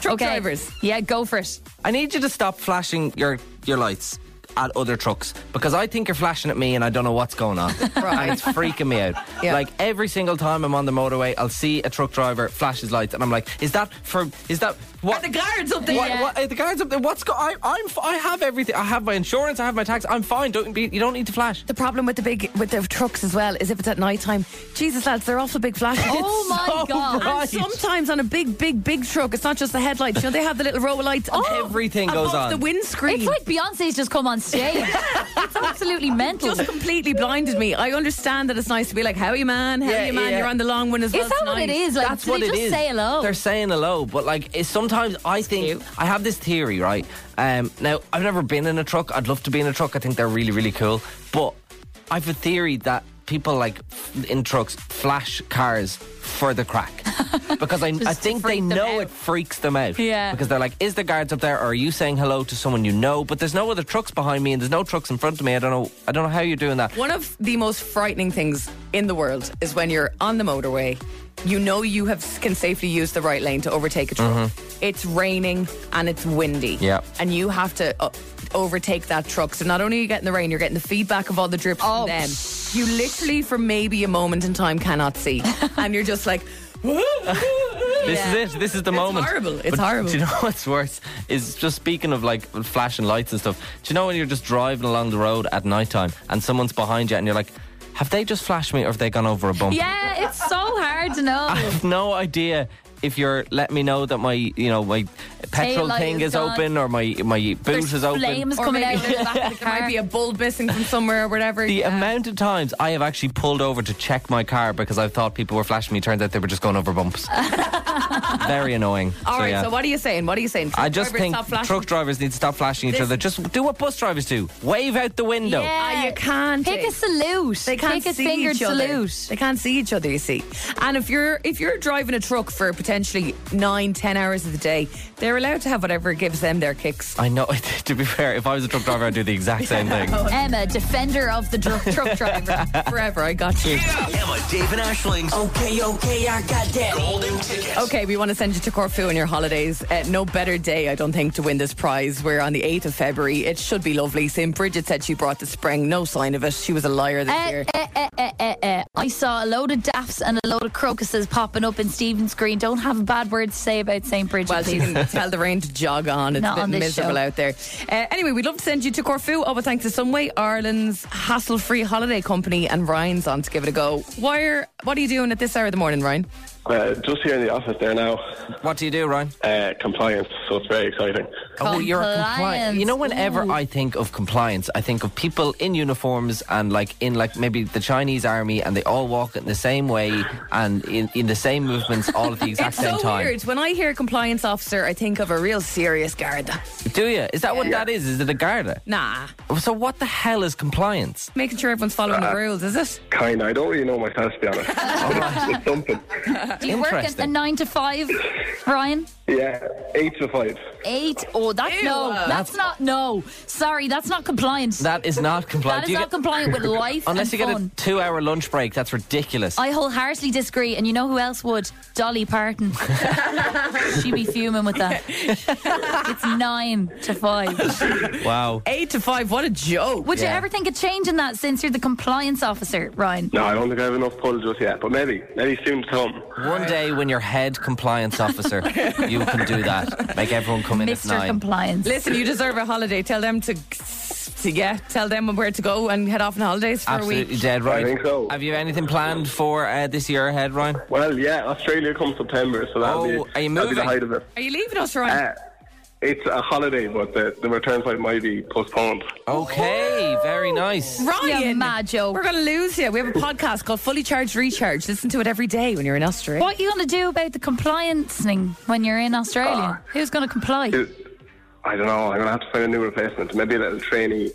Truck
okay.
drivers.
Yeah, go for it.
I need you to stop flashing your your lights at other trucks because I think you're flashing at me and I don't know what's going on. And it's freaking me out.
Yeah.
Like every single time I'm on the motorway, I'll see a truck driver flash his lights and I'm like, is that for is that what
Are the guards up there?
What,
Yeah.
what- are the guards up there? What's go- I, I'm f- I have everything. I have my insurance. I have my tax. I'm fine. Don't be. You don't need to flash.
The problem with the big with the trucks as well is if it's at night time. Jesus lads, they're awful big flashes.
Oh my
so
god.
bright.
And sometimes on a big, big, big truck, it's not just the headlights. You know, they have the little row of lights.
Oh. Everything
above
goes on.
the windscreen.
It's like Beyonce's just come on stage. it's absolutely mental.
just completely blinded me. I understand that it's nice to be like, "How are you, man? How
Yeah,
are you, man?"
yeah.
You're on the long one as well.
Is that
It's
what it
nice.
is? Like,
That's
do
what
they
it
just
is.
say hello?
They're saying hello, but like it's sometimes I think I have this theory, right? Um, now I've never been in a truck. I'd love to be in a truck. I think they're really, really cool. But I've a theory that people like f- in trucks flash cars for the crack because I, I
to
think they
freak them
know
out.
it freaks them out.
Yeah.
because they're like, is the guards up there, or are you saying hello to someone you know? But there's no other trucks behind me, and there's no trucks in front of me. I don't know. I don't know how you're doing that.
One of the most frightening things in the world is when you're on the motorway, you know you have can safely use the right lane to overtake a truck.
Mm-hmm.
It's raining and it's windy.
Yeah.
And you have to uh, overtake that truck. So not only are you getting the rain, you're getting the feedback of all the drips
Oh,
from them. You literally for maybe a moment in time cannot see. and you're just like
This is it. This is the
It's
moment.
horrible. It's horrible.
Do you know what's worse? Is just speaking of like flashing lights and stuff. Do you know when you're just driving along the road at nighttime and someone's behind you and you're like, have they just flashed me or have they gone over a bump?
yeah, it's so hard to know.
I have no idea if you're letting me know that my you know my petrol
light
thing
is
is,
gone.
open or my my boot
There's
is open.
flames coming out of the back of the
there
car.
might be a bulb missing from somewhere or whatever.
The
Yeah.
amount of times I have actually pulled over to check my car because I thought people were flashing me, turns out they were just going over bumps. Very annoying.
All right,
yeah.
so what are you saying? What are you saying? Truck
I just
drivers,
think
stop flashing.
truck drivers need to stop flashing each
This-
other. Just do what bus drivers do: wave out the window.
Yeah.
Ah, you can't.
Pick a salute.
They can't
Pick a
see
fingered
each other.
salute.
They can't see each other, you see. And if you're if you're driving a truck for potentially nine, ten hours of the day, They're allowed to have whatever gives them their kicks.
I know. To be fair, if I was a truck driver, I'd do the exact same thing.
Emma, defender of the dr- truck driver.
Forever, I got you.
Emma, Dave, and Ashling's
Okay, okay, I got that.
Golden Ticket.
Okay, we want to send you to Corfu on your holidays. Uh, no better day, I don't think, to win this prize. We're on the 8th of February. It should be lovely. St. Bridget said she brought the spring. No sign of it. She was a liar this
Eh,
year.
eh, eh, eh, eh, eh. I saw a load of daffs and a load of crocuses popping up in Stephen's Green. Don't have a bad word to say about St. Bridget,
Well, she
please.
can tell the rain to jog on. It's
Not
a bit
on this
miserable
show.
out there. Uh, anyway, we'd love to send you to Corfu. Oh, but thanks to Sunway, Ireland's hassle free holiday company, and Ryan's on to give it a go. Why are, what are you doing at this hour of the morning, Ryan?
Uh, just here in the office there now,
What do you do, Ryan?
uh, compliance, so it's very exciting.
Oh, you're a compliant.
Compliance.
You know, whenever
Ooh.
I think of compliance, I think of people in uniforms and like in like maybe the Chinese army, and they all walk in the same way and in, in the same movements all at the exact
It's
same
so
time.
weird. When I hear compliance officer, I think of a real serious Garda.
Do you? Is that what that is? Is it a Garda?
Nah,
So what the hell is compliance?
making sure everyone's following
Uh,
the rules, is it?
Kind of. I don't really know myself, to be honest. it's something.
Do you work at a
Interesting.
nine to five, Ryan?
Yeah, eight to five.
Eight? Oh, that's no. That's not no. Sorry, that's not compliant.
That is not
that
compliant.
is
Do you
not
get-
compliant with life.
unless you
and
get
fun.
a two-hour lunch break, that's ridiculous.
I wholeheartedly disagree, and you know who else would? Dolly Parton. She'd be fuming with that. it's nine to five.
wow.
Eight to five, what a joke.
Would you
Yeah.
ever think of changing that since you're the compliance officer, Ryan?
No, I don't think I have enough pull just yet, but maybe, maybe soon to come.
One day when you're head compliance officer, you can do that. Make everyone come in at
Mr.
nine.
Compliance.
Listen, you deserve a holiday. Tell them to, to yeah, tell them where to go and head off on holidays for a
Absolutely
week.
dead right.
think so.
Have you anything planned for uh, this year ahead, Ryan?
Well, yeah, Australia comes September, so that'll
Oh,
be,
are you
that'll be
moving?
the height of it.
Are you leaving us, Ryan?
Uh, it's a holiday, but the, the return flight might be postponed.
Oh. Okay, very nice.
Ryan,
You're mad joke.
We're gonna lose you. We have a podcast called Fully Charged Recharge. Listen to it every day when you're in Australia.
What are you going to do about the compliancing when you're in Australia? Who's going to comply?
It- I don't know. I'm gonna have to find a new replacement. Maybe a little trainee.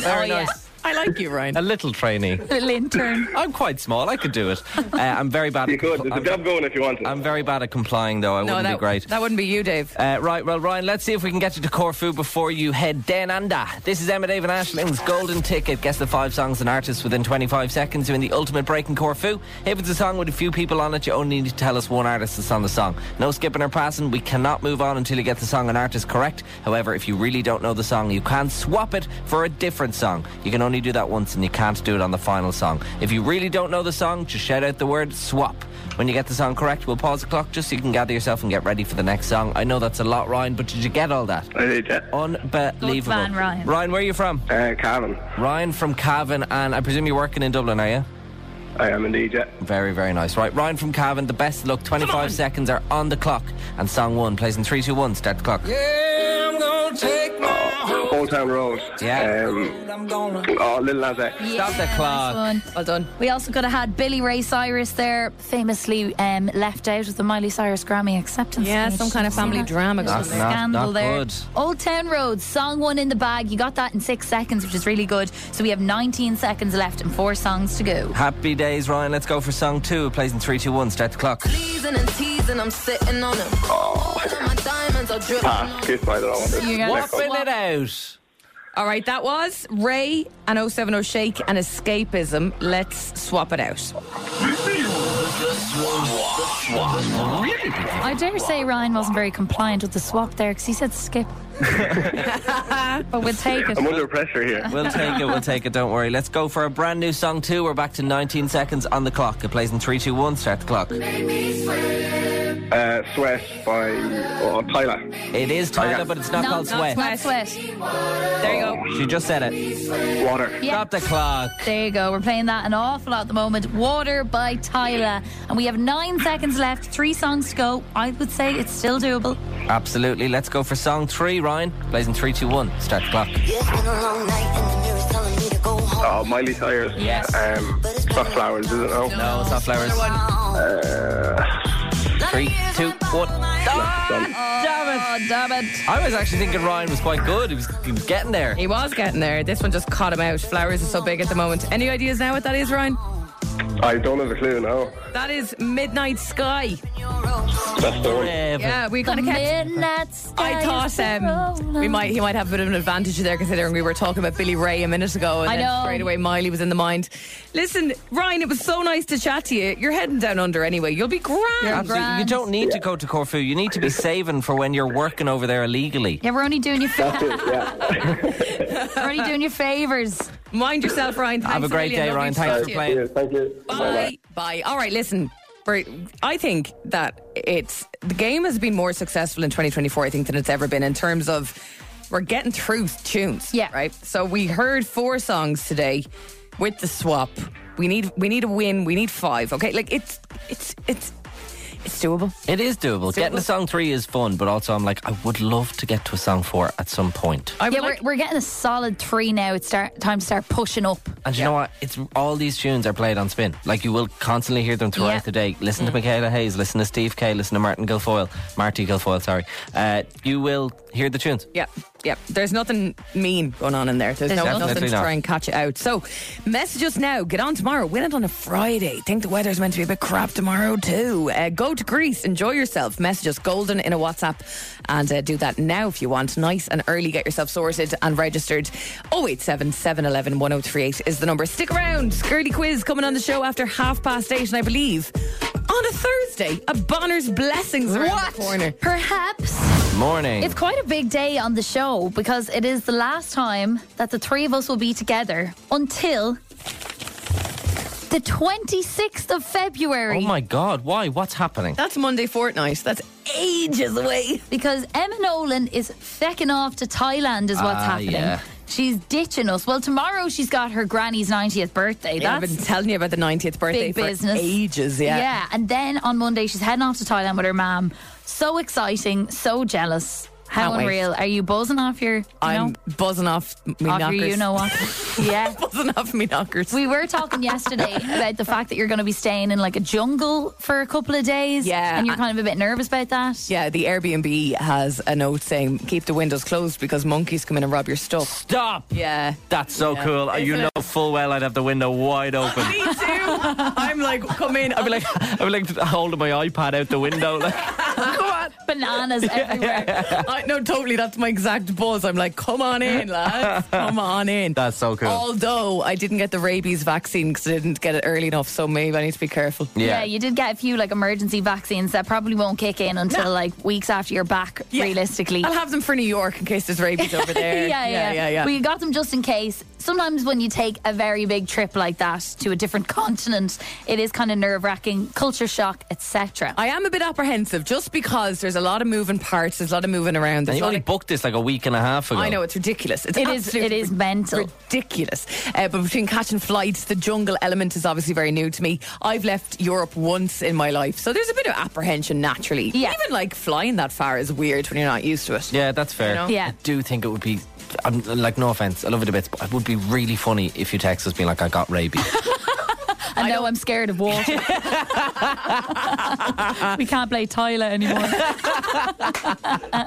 Very nice.
I like you, Ryan.
A little trainee.
Little intern.
I'm quite small. I could do it. Uh, I'm very bad.
You
at
could.
compl-
There's a
I'm,
job going if you want it.
I'm very bad at complying, though. I wouldn't
that
be great.
That wouldn't be you, Dave.
Uh, right, well, Ryan, let's see if we can get you to Corfu before you head down under. This is Emma David Ashling's Golden Ticket. Guess the five songs and artists within 25 seconds. You're in the ultimate break in Corfu. If it's a song with a few people on it, you only need to tell us one artist that's on the song. No skipping or passing. We cannot move on until you get the song and artist correct. However, if you really don't know the song, you can swap it for a different song. You can only do that once and you can't do it on the final song. If you really don't know the song, just shout out the word swap. When you get the song correct, we'll pause the clock just so you can gather yourself and get ready for the next song. I know that's a lot, Ryan, but did you get all that?
I did that.
Oh. Unbelievable.
Good man, Ryan.
where are you from?
Uh, Karen,
Ryan from Cavan, and I presume you're working in Dublin, are you?
I am indeed. Yeah.
Very, very nice. Right, Ryan from Cavan, the best of luck. 25 seconds are on the clock, and song one plays in 3, 2, 1. Start the clock.
Old Town Road.
Yeah.
Um, oh, Little Lads.
Stop the
Yeah,
clock.
nice one.
Well done.
We also could have had Billy Ray Cyrus there, famously um, left out of the Miley Cyrus Grammy acceptance.
Yeah,
speech.
some kind of family drama
There
going
was a
on there.
scandal
Not- not
there.
good.
Old Town Road, song one in the bag. You got that in six seconds, which is really good. So we have 19 seconds left and four songs to go.
Happy days, Ryan. Let's go for song two. It plays in 3, 2, 1. Start the clock.
Teasing and teasing, I'm sitting on it. My diamonds are dripping.
Ah, kiss my. I don't know what
You
this-
got
next
Whopping
one.
it out.
All right, that was Ray and 070 Shake and Escapism. Let's swap it out.
Oh,
I dare say Ryan wasn't very compliant with the swap there because he said skip. but we'll take it.
I'm under pressure here.
We'll take it, we'll take it, don't worry. Let's go for a brand new song two. We're back to 19 seconds on the clock. It plays in 3, 2, 1. Start the clock.
Uh, Sweat by oh, Tyler.
It is Tyler, but it's not
No,
called Sweat.
Not sweat.
There you go.
She just said it.
Water.
Yeah.
Stop the clock.
There you go. We're playing that an awful lot at the moment. Water by Tyler. And we have nine seconds left. Three songs to go. I would say it's still doable.
Absolutely. Let's go for song three, Ryan. Plays in three, two, one. Start the clock.
It's been a long night and the mirror's telling me to go home.
Oh, Miley Cyrus.
Yes.
Um, it's not flowers, is it? Uh, No.
No, it's not flowers. Three, two, one.
Oh, damn it.
I was actually thinking Ryan was quite good. He was, he was getting there.
He was getting there. This one just caught him out. Flowers are so big at the moment. Any ideas now what that is, Ryan?
I don't have a clue now.
That is Midnight Sky.
That's the one.
Yeah, we kind of kept.
Midnight sky
I
is
thought
the
um, we
rolling.
might he might have a bit of an advantage there considering we were talking about Billy Ray a minute ago and
I
then
know.
straight away Miley was in the mind. Listen, Ryan, it was so nice to chat to you. You're heading down under anyway. You'll be grand.
Absolutely. You
grand.
don't need to go to Corfu. You need to be saving for when you're working over there illegally.
Yeah, we're only doing you fa-
That's it, yeah.
we're only doing you favors.
Mind yourself, Ryan.
Have a
Thanks
great
million.
day,
Lovely
Ryan.
to
Thanks
chat
for
to you.
playing.
Yeah, Thank you. Bye-bye.
Bye. Bye. All right, listen. We're- I think that it's the game has been more successful in 2024, I think, than it's ever been in terms of we're getting through tunes.
Yeah.
Right. So we heard four songs today with the swap. We need we need a win. We need five. Okay. Like it's it's it's it's doable.
It is doable. Getting to song three is fun, but also I'm like, I would love to get to a song four at some point.
I would
Yeah,
like-
we're, we're getting a solid three now. It's start, time to start pushing up.
And you know what? It's all these tunes are played on spin. Like you will constantly hear them throughout
Yeah. Mm.
the day. Listen to Michaela Hayes. Listen to Steve Kay. Listen to Martin Guilfoyle. Marty Guilfoyle. Sorry. Uh, you will hear the tunes.
Yeah, yeah. There's nothing mean going on in there. There's,
There's
no,
nothing.
nothing to
Definitely
try and catch it out. So, message us now. Get on tomorrow. Win it on a Friday. Think the weather's meant to be a bit crap tomorrow too. Uh, go to Greece. Enjoy yourself. Message us golden in a WhatsApp and uh, do that now if you want. Nice and early. Get yourself sorted and registered. 087 711 1038 is the number. Stick around. Girly quiz coming on the show after half past eight, and I believe on a Thursday, a Bonner's blessings around the corner.
Perhaps.
Morning.
It's quite a big day on the show because it is the last time that the three of us will be together until the 26th of February.
oh my God. Why? What's happening?
That's Monday fortnight. That's ages away.
Because Emma Nolan is fecking off to Thailand, is what's
Ah,
happening.
yeah.
She's ditching us. Well, tomorrow she's got her granny's 90th birthday.
Yeah,
That's
I've been telling you about the 90th birthday
big
for
business.
ages. Yeah.
and then on Monday she's heading off to Thailand with her mom. So exciting, so jealous. How
Can't wait.
unreal. Are you buzzing off your, you
I'm
know,
buzzing off me
off
knockers.
your you know what? yeah.
buzzing off me knockers.
We were talking yesterday about the fact that you're going to be staying in like a jungle for a couple of days.
Yeah.
And you're kind of a bit nervous about that.
yeah, the Airbnb has a note saying keep the windows closed because monkeys come in and rob your stuff.
Stop.
Yeah.
That's so
Yeah.
cool. Uh, You
Isn't
know full well I'd have the window wide open.
Me too. I'm like, come in.
I'd be like, I'd be like holding my iPad out the window. Like,
Bananas everywhere.
I, no, totally. That's my exact buzz. I'm like, come on in, lads. Come on in.
That's so cool.
Although I didn't get the rabies vaccine because I didn't get it early enough, so maybe I need to be careful.
Yeah. you did get a few like emergency vaccines that probably won't kick in until like weeks after you're back,
Yeah.
realistically.
I'll have them for New York in case there's rabies over there.
yeah, yeah,
yeah,
We got them just in case. Sometimes when you take a very big trip like that to a different continent, it is kind of nerve wracking, culture shock, etc.
I am a bit apprehensive just because there's a lot of moving parts, there's a lot of moving around.
And
There's a
you
lot
only
of-
booked this like a week and a half ago.
I know it's ridiculous. It's
It is-
absolutely
it is
rid-
mental.
ridiculous. Uh, but between catching flights, the jungle element is obviously very new to me. I've left Europe once in my life, so there's a bit of apprehension naturally.
Yeah.
Even like flying that far is weird when you're not used to it.
Yeah, that's fair.
know?
Yeah.
I do think it would be. I'm like, no offense, I love it a bit, but it would be really funny if you text us being like, I got rabies.
I know I'm scared of water. we can't play Tyler anymore.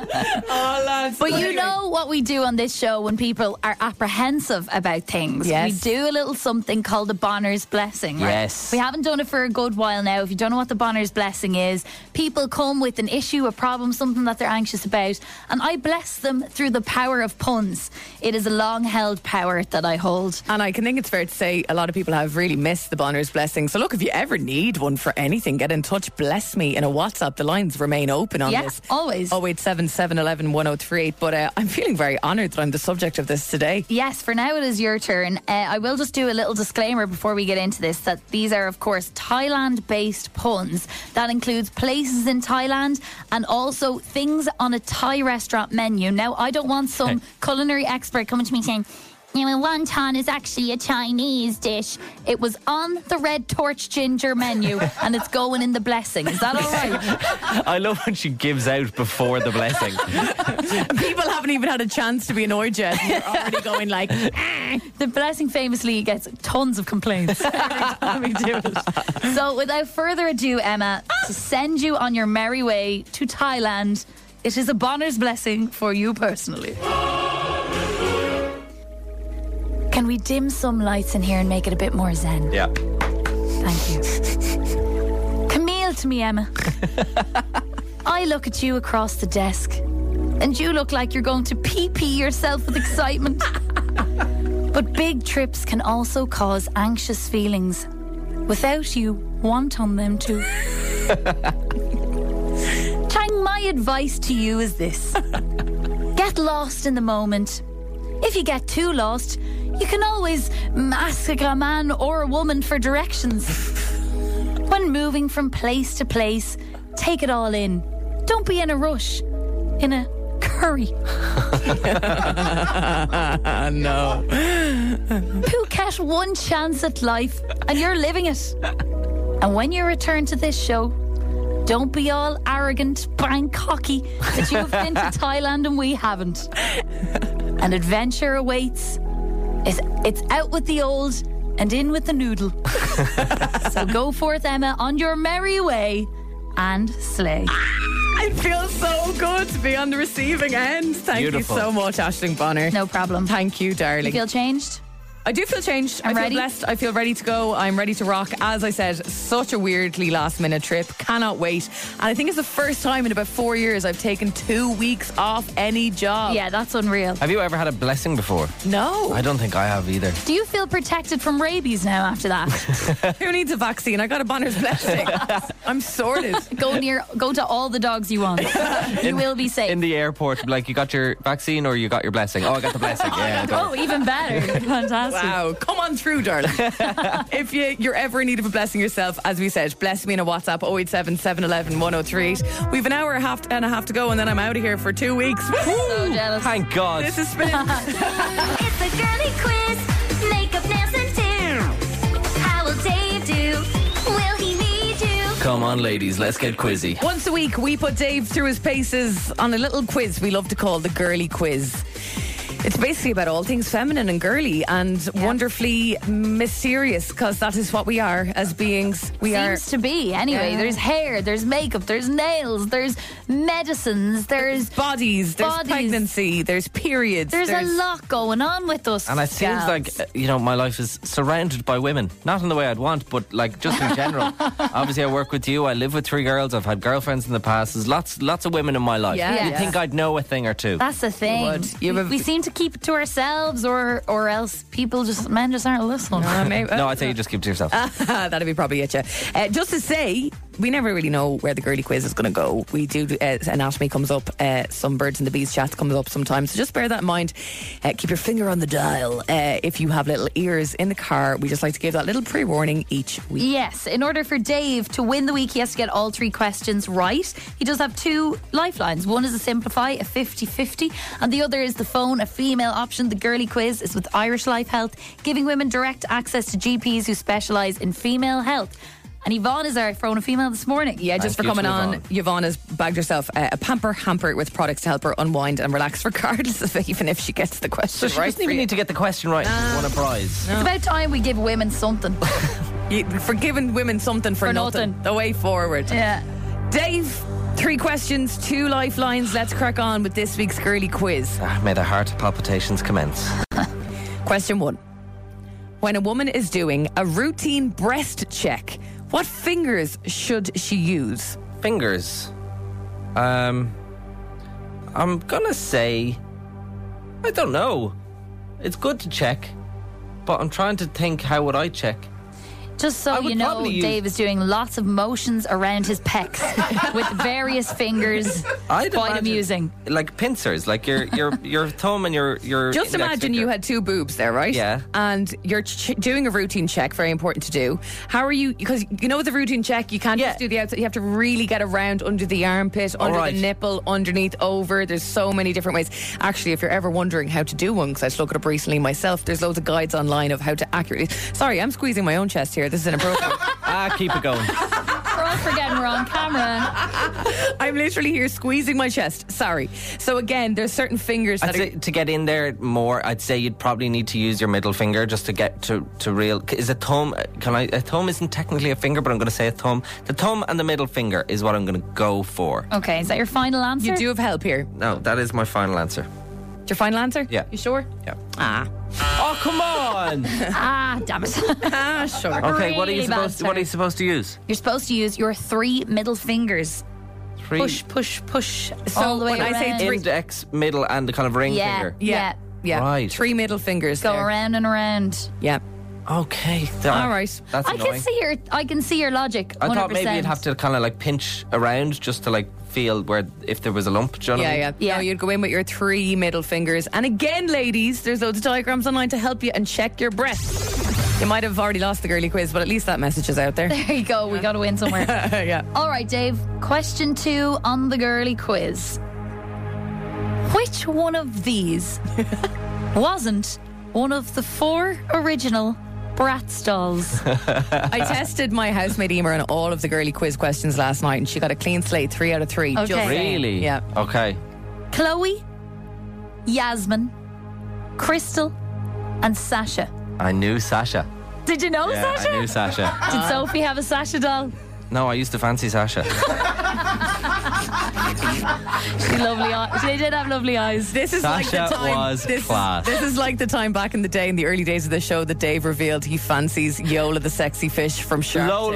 But you know what we do on this show when people are apprehensive about things?
Yes.
We do a little something called the Bonner's Blessing. right?
Yes.
We haven't done it for a good while now. If you don't know what the Bonner's Blessing is, people come with an issue, a problem, something that they're anxious about, and I bless them through the power of puns. It is a long held power that I hold.
And I can think it's fair to say a lot of people have really missed the Bonner's blessing. So look, if you ever need one for anything, get in touch. Bless me in a WhatsApp. The lines remain open on
Yeah,
this. Oh,
always.
087 711 1038. But uh, I'm feeling very honoured that I'm the subject of this today.
Yes, for now it is your turn. Uh, I will just do a little disclaimer before we get into this that these are, of course, Thailand based puns. That includes places in Thailand and also things on a Thai restaurant menu. Now, I don't want some culinary expert coming to me saying, you know, wonton is actually a Chinese dish. It was on the red torch ginger menu and it's going in the blessing. Is that all right?
I love when she gives out before the blessing.
People haven't even had a chance to be annoyed yet. and You're already going like,
the blessing famously gets tons of complaints.
let me do it.
So, without further ado, Emma, to send you on your merry way to Thailand, it is a Bonner's blessing for you personally. Can we dim some lights in here and make it a bit more zen?
yeah.
Thank you. Camille to me, Emma. I look at you across the desk, and you look like you're going to pee pee yourself with excitement. but big trips can also cause anxious feelings without you want on them to. Chang, my advice to you is this get lost in the moment. If you get too lost, you can always mm, ask a man or a woman for directions. when moving from place to place, take it all in. Don't be in a rush, in a curry.
no.
Phuket one chance at life, and you're living it. And when you return to this show, don't be all arrogant, Bangkoky, that you have been to Thailand and we haven't. An adventure awaits. It's, it's out with the old and in with the noodle. so go forth, Emma, on your merry way and slay.
It feels so good to be on the receiving end. Thank
Beautiful.
you so much, Ashling Bonner.
No problem.
Thank you, darling.
You feel changed?
I do feel changed. i
I'm
feel
ready.
blessed. I feel ready to go. I'm ready to rock. As I said, such a weirdly last minute trip. Cannot wait. And I think it's the first time in about four years I've taken two weeks off any
Oh.
job.
Yeah, that's unreal.
Have you ever had a blessing before?
No.
I don't think I have either.
Do you feel protected from rabies now after that?
Who needs a vaccine? I got a Bonner's blessing. I'm sorted.
go near, go to all the dogs you want. you will be safe.
In the airport, like you got your vaccine or you got your blessing? Oh, I got the blessing. Yeah. I got it.
Oh, even better. Fantastic.
Wow, come on through, darling. if you, you're ever in need of a blessing yourself, as we said, bless me in a WhatsApp 087 711 1038. We have oh an hour and a half- and a half to go, and then I'm out of here for two weeks.
So jealous.
Thank God.
This is spinning.
It's a girly quiz. Makeup, nails, and do. How will Dave do? Will he need you?
Come on, ladies, let's get quizzy.
Once a week, we put Dave through his paces on a little quiz we love to call the girly quiz. It's basically about all things feminine and girly and wonderfully mysterious because that is what we are as beings. We
Seems to be anyway.
Yeah.
There's hair, there's makeup, there's nails, there's medicines, there's
are bodies, there's
Bodies.
pregnancy, there's periods.
there's, a lot going on with us.
And it seems
gals.
like, uh, you know, my life is surrounded by women. Not in the way I'd want, but like just in general. Obviously, I work with you. I live with three girls. I've had girlfriends in the past. There's lots, lots of women in my life.
Yeah.
You'd
Yeah.
think I'd know a thing or two.
that's the thing.
would. You
we,
have-
we seem to keep it to ourselves, or or else people just men just aren't listening.
Uh, maybe-
no, I'd say you just keep it to yourself.
Ah, That'd be probably it, yeah. Uh, just to say, we never really know where the girly quiz is going to go. We do, uh, anatomy comes up, uh, some birds and the bees chat comes up sometimes. So just bear that in mind. Uh, keep your finger on the dial uh, if you have little ears in the car. We just like to give that little pre warning each week.
Yes, in order for Dave to win the week, he has to get all three questions right. He does have two lifelines. One is a simplify, a 50 50, and the other is the phone, a female option. The girly quiz is with Irish Life Health, giving women direct access to GPs who specialise in female health. And Yvonne is our phone, a female this morning.
Yeah, just for
Thank you
coming
to
on, Yvonne has bagged herself uh, a pamper hamper with products to help her unwind and relax, regardless of even if she gets the
so
question
she
right.
doesn't even need to get the question right. She won a prize.
It's about time we give women something.
You- for giving women something for,
For
nothing.
nothing.
The way forward.
yeah.
Dave, three questions, two lifelines. Let's crack on with this week's girly quiz.
Ah, may the heart palpitations commence.
Question one When a woman is doing a routine breast check, what fingers should she use?
Fingers. Um, I'm gonna say, I don't know. It's good to check, but I'm trying to think. How would I check?
Just
I
so
would
you know,
probably use-
Dave is doing lots of motions around his pecs with various fingers.
I'd
Quite
imagine-
amusing.
Like pincers, like your your your thumb and your your.
Just
index
imagine
finger.
you had two boobs there, right?
Yeah.
And you're ch- doing a routine check, very important to do. How are you? Because you know, with a routine check, you can't
Yeah.
just do the outside. You have to really get around under the armpit, under
right.
the nipple, underneath, over. There's so many different ways. Actually, if you're ever wondering how to do one, because I just looked it up recently myself, there's loads of guides online of how to accurately. Sorry, I'm squeezing my own chest here. This is inappropriate.
Ah, keep it going.
We're all forgetting we're on camera.
I'm literally here squeezing my chest. Sorry. So again, there's certain fingers
I'd
that
say
are.
to get in there more, I'd say you'd probably need to use your middle finger just to get to to real. Is a thumb? Can I? A thumb isn't technically a finger, but I'm going to say a thumb. The thumb and the middle finger is what I'm going to go for.
Okay, is that your final answer?
You do have help here.
No, that is my final answer.
Your final answer?
Yeah.
You sure?
Yeah.
Ah.
Oh, come on.
ah, damn it.
ah, sure.
Okay, what are you
Really bad
supposed? What
start.
are you supposed to use?
You're supposed to use your three middle fingers.
Three
Push, push, push.
So
Oh,
all the way
when I say
around.
three-
index, middle, and the kind of ring
yeah,
finger.
yeah,
Yeah.
Right.
Three middle fingers.
Go
there.
around and around.
Yeah.
Okay. that-
All right.
Ah. That's
I
annoying.
can see your I can see your logic. 100%.
I thought maybe you'd have to kind of like pinch around just to like feel where if there was a lump. Do you know what
Yeah,
I mean?
yeah. No, you'd go in with your three middle fingers. And again, ladies, there's loads of diagrams online to help you and check your breath. You might have already lost the girly quiz, but at least that message is out there.
There you go. We got to win somewhere.
yeah.
All right, Dave. Question two on the girly quiz. Which one of these wasn't one of the four original Bratz dolls?
I tested my housemate Emer on all of the girly quiz questions last night, and she got a clean slate, three out of three.
Okay.
Just saying.
Really?
Yeah.
Okay.
Chloe, Yasmin, Crystal, and Sasha.
I knew Sasha.
Did you know
yeah,
Sasha?
I knew Sasha.
Did Sophie have a Sasha doll?
No, I used to fancy Sasha.
She lovely. eye- She did have lovely eyes.
This is like
Sasha
the time.
was
this, is-
class.
this is like the time back in the day, in the early days of the show, that Dave revealed he fancies Yola the sexy fish from Shark. Tank.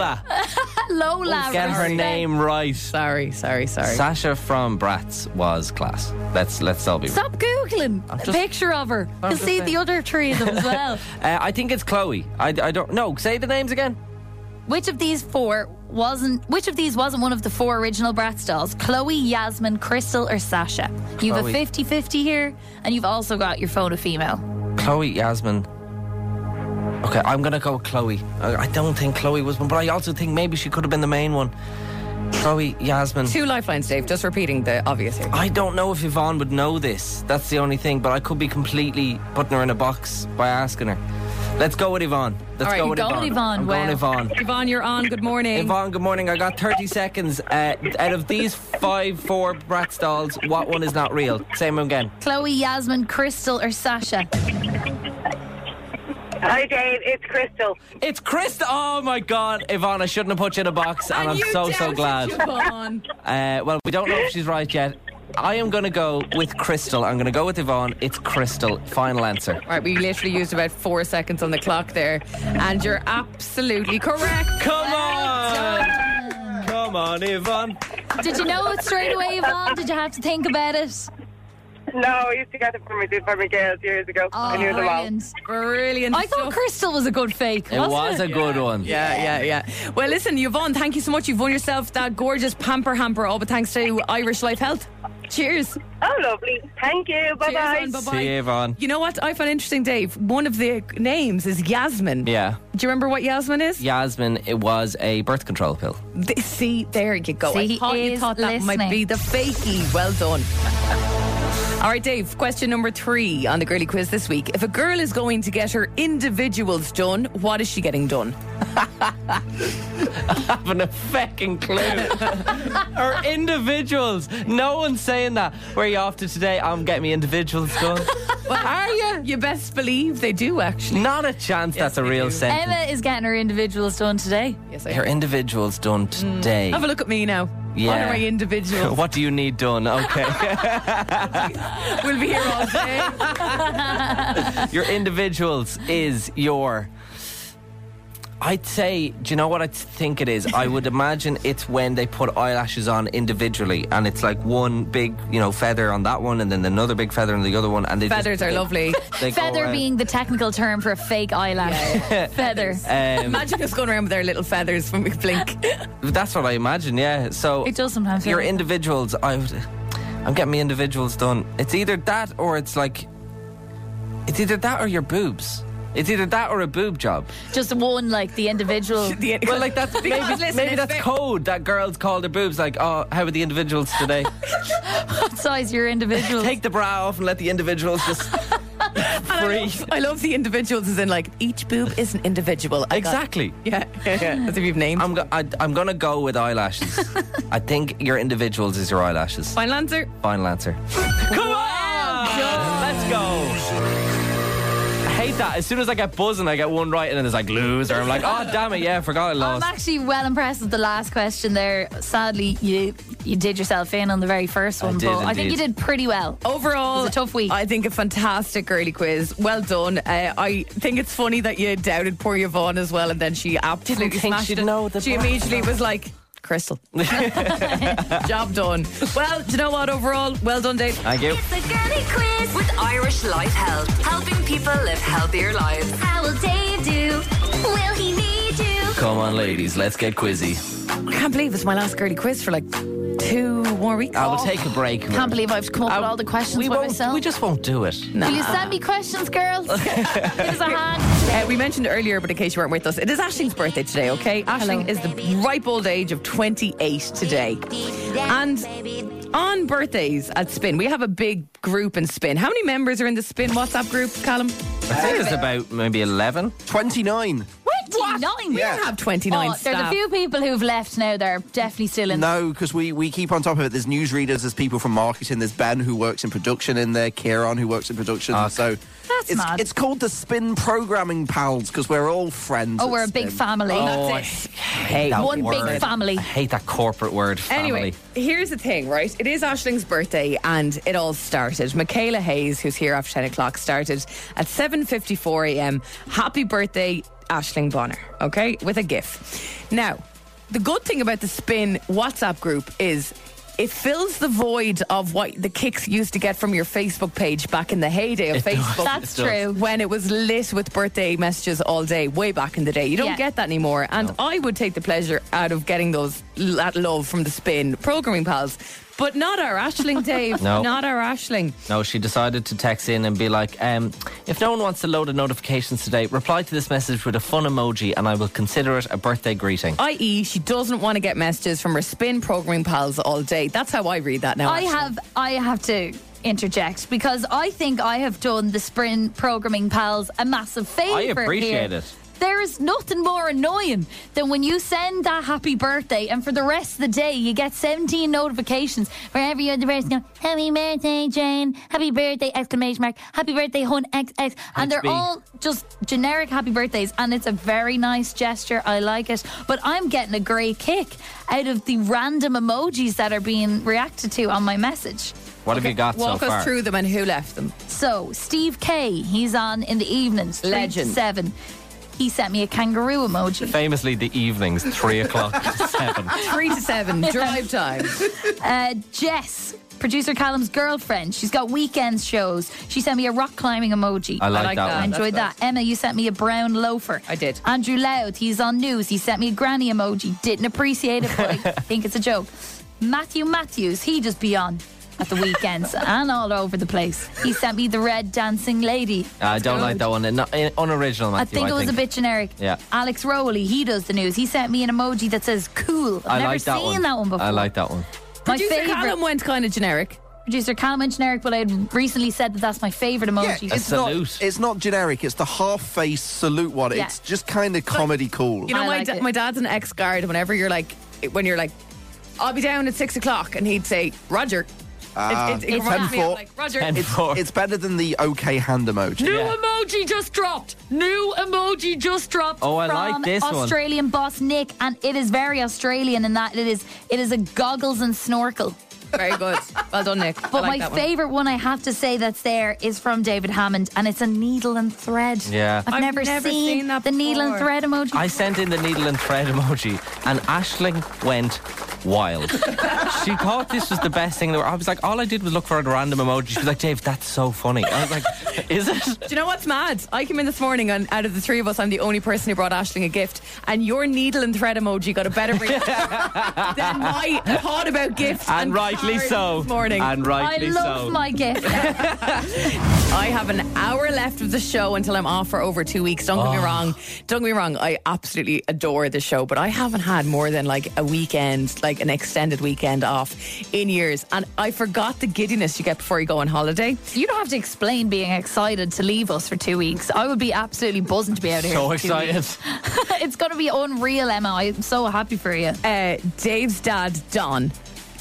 Lola,
Lola.
get her
respect.
name right.
Sorry, sorry, sorry.
Sasha from Bratz was class. Let's let's all be. real.
Stop googling a
just-
picture of her.
I'm
You'll
just
see
saying.
the other three of them as well.
Uh, I think it's Chloe. I, I don't. No, say the names again.
Which of these four wasn't? Which of these wasn't one of the four original Bratz dolls? Chloe, Yasmin, Crystal, or Sasha? You've
Chloe.
a 50-50 here, and you've also got your phone a female.
Chloe Yasmin. Okay, I'm gonna go with Chloe. I, I don't think Chloe was one, but I also think maybe she could have been the main one. Chloe Yasmin.
Two lifelines, Dave. Just repeating the obvious here.
I don't know if Yvonne would know this. That's the only thing, but I could be completely putting her in a box by asking her. Let's go with Yvonne. Let's
right,
go
you
with
go
Yvonne.
with Yvonne,
I'm going
wow.
Yvonne.
Yvonne, you're on. Good morning.
Yvonne, good morning. I got 30 seconds. Uh, out of these five, four Bratz dolls, what one is not real? Same again.
Chloe, Yasmin, Crystal, or Sasha?
Hi, Dave. It's Crystal.
It's Krista. Oh my God, Yvonne, I shouldn't have put you in a box, and, I'm so, so glad.
Yvonne.
Uh, well, we don't know if she's right yet. I am going to go with Crystal. I'm going to go with Yvonne. It's Crystal. Final answer.
All right, we literally used about four seconds on the clock there, and you're absolutely correct.
Come on! Come on, Yvonne.
Did you know it straight away, Yvonne? Did you have to think about it?
No, I used to get them from my, from my girls years ago.
Oh,
I knew them all.
brilliant.
Brilliant.
I thought
stuff.
Crystal was a good fake.
It
wasn't
was a good one.
Yeah, yeah, yeah. Well, listen, Yvonne, thank you so much. You've won yourself that gorgeous pamper hamper, all but thanks to Irish Life Health. Cheers.
Oh, lovely. Thank you. Bye bye.
Cheers, Bye
See you,
bye.
Yvonne.
You know what I found interesting, Dave? One of the names is Yasmin.
Yeah.
Do you remember what Yasmin is?
Yasmin, it was a birth control pill.
Th- See, there you go.
See,
I
he
thought you
is
thought that might
listening.
be the fakey. Well done. All right, Dave, question number three on the girly quiz this week. If a girl is going to get her individuals done, what is she getting done?
Having a fucking clue. or individuals. No one's saying that. Where are you off to today? I'm getting me individuals done.
Are you? You best believe they do, actually.
Not a chance that's a real sentence.
Emma is getting her individuals done today.
Yes, I
Your individuals done today.
Mm. Have a look at me now.
Yeah.
Honor my individual.
What do you need done? Okay.
we'll be here all day.
your individuals is your. I'd say, do you know what I think it is? I would imagine it's when they put eyelashes on individually, and it's like one big, you know, feather on that one, and then another big feather on the other one, and they just-
Feathers are
they-
lovely.
they go
Feather
around.
being the technical term for a fake eyelash. Feather.
Um,
Imagine us going around with our little feathers when we blink.
that's what I imagine. Yeah. So
It does sometimes,
Your
yeah.
individuals, I would, I'm getting my individuals done. It's either that or it's like, it's either that or your boobs. It's either that or a boob job.
Just one, like the individual.
The-
Well, like that's maybe,
Because listen,
maybe
it's
that's
ve-
code that girls call their boobs. Like, oh, how are the individuals today?
What size your individual?
Take the bra off and let the individuals just free.
I love the individuals as in like each boob is an individual. I got-
Exactly.
Yeah, yeah, yeah. As if you've named.
I'm go- I, I'm gonna go with eyelashes. I think your individuals is your eyelashes.
Final answer.
Final answer. Come on, let's go. hate that. As soon as I get buzzing, I get one right, and then it's like loser. I'm like, oh damn it, yeah, I forgot I
I'm
lost.
actually well impressed with the last question there. Sadly, you you did yourself in on the very first one,
did
but I think you
indeed.
did pretty well.
Overall,
it was a tough week.
I think a fantastic girly quiz. Well done. Uh, I think it's funny that you doubted poor Yvonne as well, and then she absolutely
Didn't think
smashed
she'd
it.
know the
she
box.
immediately was like, "Crystal, job done." Well, do you know what? Overall, well done, Dave.
Thank you.
The girly quiz
With Irish Life Help, helping people live healthier lives.
How will Dave do? Will he need you?
Come on, ladies, let's get quizzy.
I can't believe it's my last girly quiz for like two more weeks.
I will take a break.
Can't believe I've come up with all the questions by myself.
Uh, We just won't do it.
Will you send me questions, girls? Give us a hand.
Uh, we mentioned earlier, but in case you weren't with us, it is Ashling's birthday today, okay? Ashling is the ripe old age of 28 today. And on birthdays at Spin, we have a big group in Spin. How many members are in the Spin WhatsApp group, Callum?
I think it's about maybe 11.
29.
29.
We don't have 29
Oh, there's a
staff.
few people who've left now. They're definitely still in.
No, because we, we keep on top of it. There's newsreaders, there's people from marketing, there's Ben who works in production in there, Kieran who works in production. So
That's
it's,
mad.
it's called the Spin Programming Pals because we're all friends.
Oh,
at
we're a big
Spin.
family.
Oh, I hate that
One big
word.
family.
I hate that corporate word, family.
Anyway, here's the thing, right? It is Ashling's birthday, and it all started. Michaela Hayes, who's here after ten o'clock, started at seven fifty-four a.m. Happy birthday, Ashling Bonner. Okay, with a GIF. Now, the good thing about the Spin WhatsApp group is. It fills the void of what the kicks you used to get from your Facebook page back in the heyday of
It does,
Facebook.
That's it does. true.
When it was lit with birthday messages all day, way back in the day. You don't
Yeah.
get that anymore. And I would take the pleasure out of getting those that love from the spin programming pals, but not our Ashling, Dave.
No.
Not our Ashling.
No, she decided to text in and be like, um, if no one wants to load of notifications today, reply to this message with a fun emoji and I will consider it a birthday greeting.
I.e., E, she doesn't want to get messages from her spin programming pals all day. That's how I read that now.
I
Aisling.
have I have to interject because I think I have done the sprint programming pals a massive favor.
I appreciate
here.
it.
There is nothing more annoying than when you send that happy birthday and for the rest of the day you get 17 notifications where every other person goes, Happy birthday, Jane. Happy birthday, exclamation mark. Happy birthday, hun XX. And they're
HB.
all just generic happy birthdays. And it's a very nice gesture. I like it. But I'm getting a great kick out of the random emojis that are being reacted to on my message.
What have you got
Walk
so
us
far?
through
them and who left them.
So Steve K, he's on in the evenings, three to
Legend.
seven. He sent me a kangaroo emoji.
Famously, the evenings, 3 o'clock to 7.
Three to seven, drive time.
Uh, Jess, producer Callum's girlfriend, she's got weekend shows. She sent me a rock climbing emoji.
I like I like that that.
I
one.
enjoyed that.
That's
Emma, you sent me a brown loafer. I did. Andrew Loud, he's on news. He sent me a granny emoji. Didn't appreciate it, but I think it's a joke. Matthew Matthews, he just be on at the weekends and all over the place. He sent me the red dancing lady.
I don't like that one. No, eh, unoriginal,
I
Matthew.
think it was a bit generic.
Yeah.
Alex Rowley, he does the news. He sent me an emoji that says cool. I've
I
never
like that
seen
one.
that one before.
I like that one.
My
Producer
favorite.
Callum went kind of generic.
Producer Callum went generic, but I had recently said that that's my favorite emoji.
It's not, it's not generic. It's the half face salute one.
Yeah.
It's just kind of comedy cool.
You know, my, da- my dad's an ex guard. Whenever you're like, when you're like, I'll be down at six o'clock, and he'd say, Roger.
Ah,
It- it- it reminds me of, like, Roger. Ten
It's, it's better than the OK hand emoji.
New emoji just dropped. New emoji just dropped.
Oh, I
from
like this one.
Australian boss Nick, and it is very Australian in that it is it is a goggles and snorkel.
Very good. Well done, Nick.
But my favorite one I have to say that's there is from David Hammond, and it's a needle and thread.
Yeah.
I've,
I've
never,
never
seen,
seen
the needle and thread emoji.
I sent in the needle and thread emoji, and Ashling went wild. she thought this was the best thing in the world. I was like, all I did was look for a random emoji. She was like, Dave, that's so funny. I was like, is it?
Do you know what's mad? I came in this morning, and out of the three of us, I'm the only person who brought Ashling a gift. And your needle and thread emoji got a better reaction than my thought about gifts.
And rightly
cards
so.
This morning,
And rightly I love so. my
gift.
I have an hour left of the show until I'm off for over two weeks. Don't get me wrong. Don't get me wrong. I absolutely adore the show, but I haven't had more than like a weekend, like an extended weekend off in years. And I forgot the giddiness you get before you go on holiday.
You don't have to explain being excited to leave us for two weeks. I would be absolutely buzzing to be out here.
So
for two
excited.
weeks. it's going to be unreal, Emma. I'm so happy for you.
Uh, Dave's dad, Don,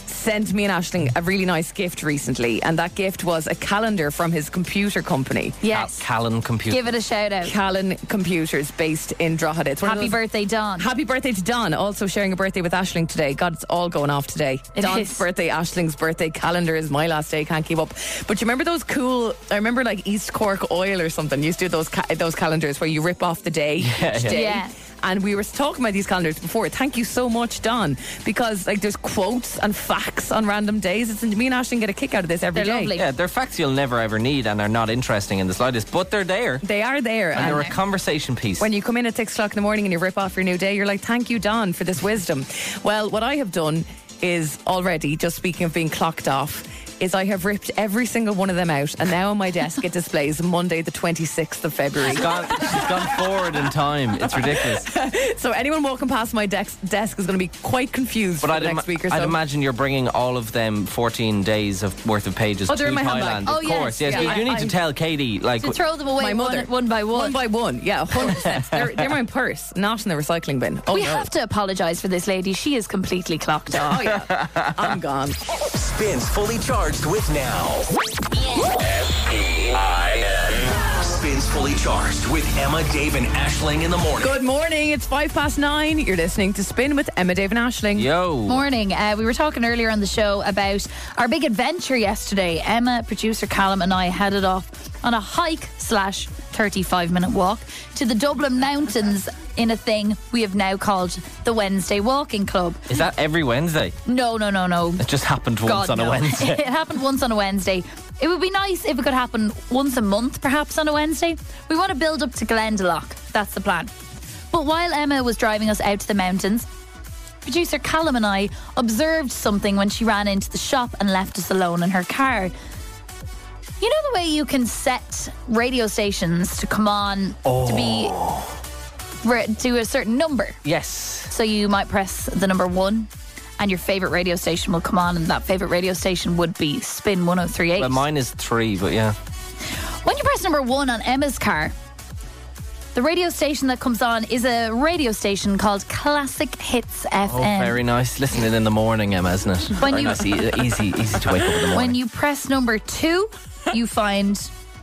sent me and Ashling a really nice gift recently, and that gift was a calendar from his computer company.
Yes.
Callan computer.
Give it a shout out.
Callan Computers, based in Drogheda. It's one of
Happy
those-
birthday, Don.
Happy birthday to Don, also sharing a birthday with Ashling today. God, it's all going off today.
It
Don's
is.
birthday, Ashling's birthday, calendar is my last day, can't keep up. But you remember those cool, I remember like East Cork Oil or something used to do those, ca- those calendars where you rip off the day each
yeah.
day.
Yeah.
And we were talking about these calendars before. Thank you so much, Don, because like there's quotes and facts on random days. It's, me and Ashling get a kick out of this every day.
Yeah, they're facts you'll never ever need and are not interesting in the slightest, but they're there.
They are there.
And they're a conversation piece.
When you come in at six o'clock in the morning and you rip off your new day, you're like, thank you, Don, for this wisdom. Well, what I have done is already, just speaking of being clocked off, is I have ripped every single one of them out. And now on my desk, it displays Monday, the 26th of February.
She's gone, she's gone forward in time. It's ridiculous.
so anyone walking past my desk, desk is going to be quite confused
But
for
I'd,
the next
ima-
week or
I'd
so.
imagine you're bringing all of them 14 days of worth of pages
Oh,
to
they're in my handbag.
Thailand.
Oh,
of
yes,
course, yes.
yeah.
but you need
I'm-
to tell Katie, like,
To throw them away
My
one-
mother.
one by
One
one.
by one, yeah, 100%. they're, they're my purse, not in the recycling bin. Oh,
we
no.
have to apologise for this lady. She is completely clocked off.
Oh, yeah. I'm gone.
Spins fully charged with now. S-P-I-N. Spins fully charged with Emma, Dave, and Ashling in the morning.
Good morning. It's five past nine. You're listening to Spin with Emma, Dave, and Ashling.
Yo.
Morning. Uh, we were talking earlier on the show about our big adventure yesterday. Emma, producer Callum, and I headed off on a hike slash 35 minute walk to the Dublin Mountains in a thing we have now called the Wednesday Walking Club.
is that every Wednesday?
No, no, no, no.
It just happened once
God,
on a
no. it
Wednesday.
happened once on a Wednesday. It would be nice if it could happen once a month, perhaps on a Wednesday. We want to build up to Glendalough. That's the plan. But while Emma was driving us out to the mountains, producer Callum and I observed something when she ran into the shop and left us alone in her car. You know the way you can set radio stations to come on to
Oh.
be re- to a certain number.
yes.
So you might press the number one, and your favorite radio station will come on, and that favorite radio station would be Spin 1038.
Well, mine is three, but yeah.
when you press number one on Emma's car, the radio station that comes on is a radio station called Classic Hits FM.
Oh,
Um,
very nice. Listening in the morning, Emma, isn't it?
When
very
you-
nice. E- Easy, easy to wake up in the morning.
When you press number two, you find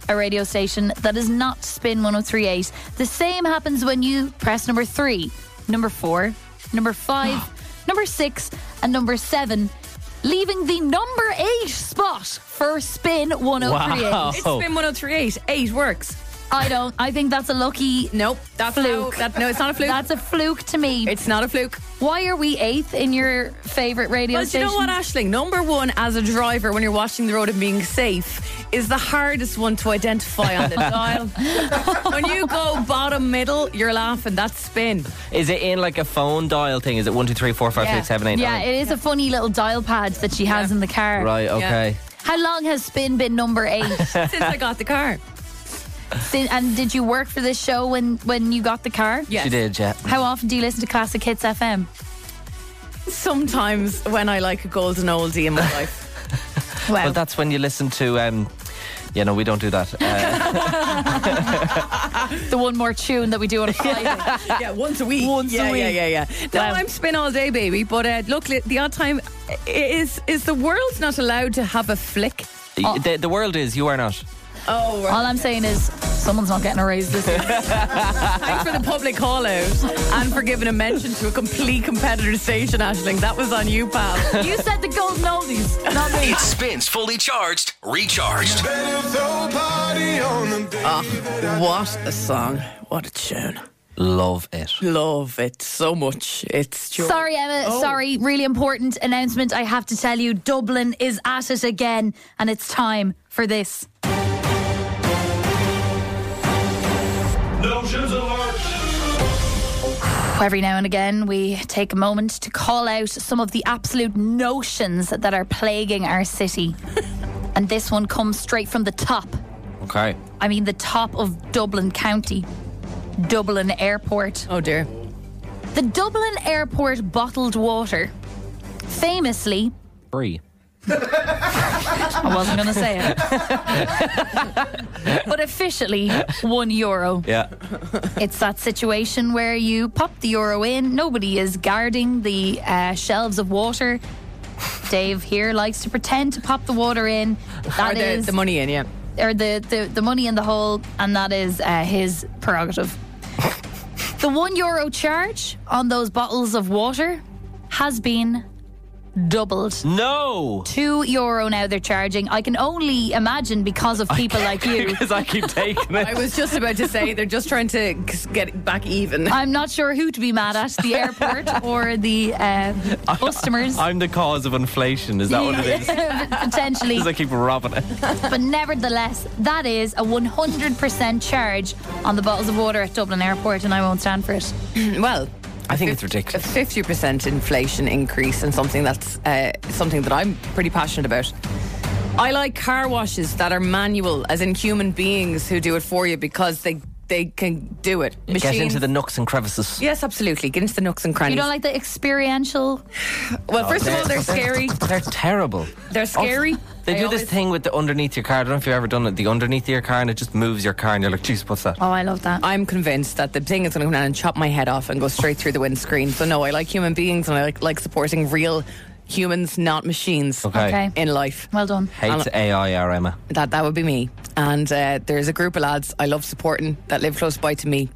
a radio station that is not Spin 1038. The same happens when you press number three, number four, number five,
Ah.
number six, and number seven. Leaving the number eight spot for Spin 1038.
Wow.
It's Spin 1038. Eight works.
I don't. I think that's a lucky.
Nope. That's
fluke.
how- that- no, it's not a fluke.
That's a fluke to me.
It's not a fluke.
Why are we eighth in your favorite radio
Well, do
station?
you know what, Ashling? Number one, as a driver, when you're watching the road and being safe, is the hardest one to identify on the dial. when you go bottom middle, you're laughing. That's spin.
Is it in like a phone dial thing? Is it one, two, three, four, five,
Yeah.
six, seven, eight,
yeah,
nine?
it is a funny little dial pad that she has in the car.
Right, okay.
How long has Spin been number eight?
Since I got the car.
Sin- and did you work for this show when when you got the car?
Yes.
She did, yeah.
How often do you listen to Classic Hits FM?
Sometimes when I like a golden oldie in my life.
Well,
But that's when you listen to. Um, yeah, no, we don't do that. Uh,
the one more tune that we do on a Friday.
yeah, once a week. Once yeah,
a
Yeah,
week.
yeah, yeah. No, I'm spin all day, baby. But uh, look, li- the odd time is is the world not allowed to have a flick?
the, the world is, you are not.
Oh, right.
All I'm saying is someone's not getting a raise this year.
Thanks for the public call out and for giving a mention to a complete competitor station, Ashling. That was on you, pal.
you said the golden oldies, not me.
It spins fully charged, recharged.
what a song. What a tune.
Love it.
Love it so much. It's just.
Sorry, Emma.
Oh.
Sorry. Really important announcement I have to tell you. Dublin is at it again, and it's time for this.
Notions alert.
Every now and again, we take a moment to call out some of the absolute notions that are plaguing our city. and this one comes straight from the top.
Okay.
I mean, the top of Dublin County, Dublin Airport.
Oh, dear.
The Dublin Airport bottled water, famously,
Free.
I wasn't going to say it, but officially, one euro.
Yeah.
It's that situation where you pop the euro in, nobody is guarding the uh, shelves of water. Dave here likes to pretend to pop the water in. That
Or the-
is-
the money in, yeah.
Or the, the, the money in the hole, and that is uh, his prerogative. the one euro charge on those bottles of water has been doubled.
Hmm? No!
Two euro now they're charging. I can only imagine because of people like you.
Because I keep taking it.
I was just about to say they're just trying to k- get it back even.
I'm not sure who to be mad at the airport or the uh, customers.
I'm the cause of inflation. Is that what it is?
Potentially.
Because I keep robbing it.
but nevertheless, that is a 100% charge on the bottles of water at Dublin Airport, and I won't stand for it.
well,
I think it's ridiculous.
A 50% inflation increase and something that's uh, something that I'm pretty passionate about. I like car washes that are manual, as in human beings who do it for you because they they can do it.
Get into the nooks and crevices.
Yes, absolutely. Get into the nooks and crannies.
You don't like the experiential?
well, first of
they're-
all, they're scary.
They're terrible.
They're scary.
They do this thing with the underneath your car. I don't know if you've ever done it. The underneath your car, and it just moves your car, and you're like, "Jeez, what's that?"
Oh, I love that.
I'm convinced that the thing is going to come down and chop my head off and go straight through the windscreen. So no, I like human beings and I like, like supporting real humans, not machines.
Okay. Okay.
In life.
Well done.
Hates AI, our Emma.
That that would be me. And uh, there's a group of lads I love supporting that live close by to me.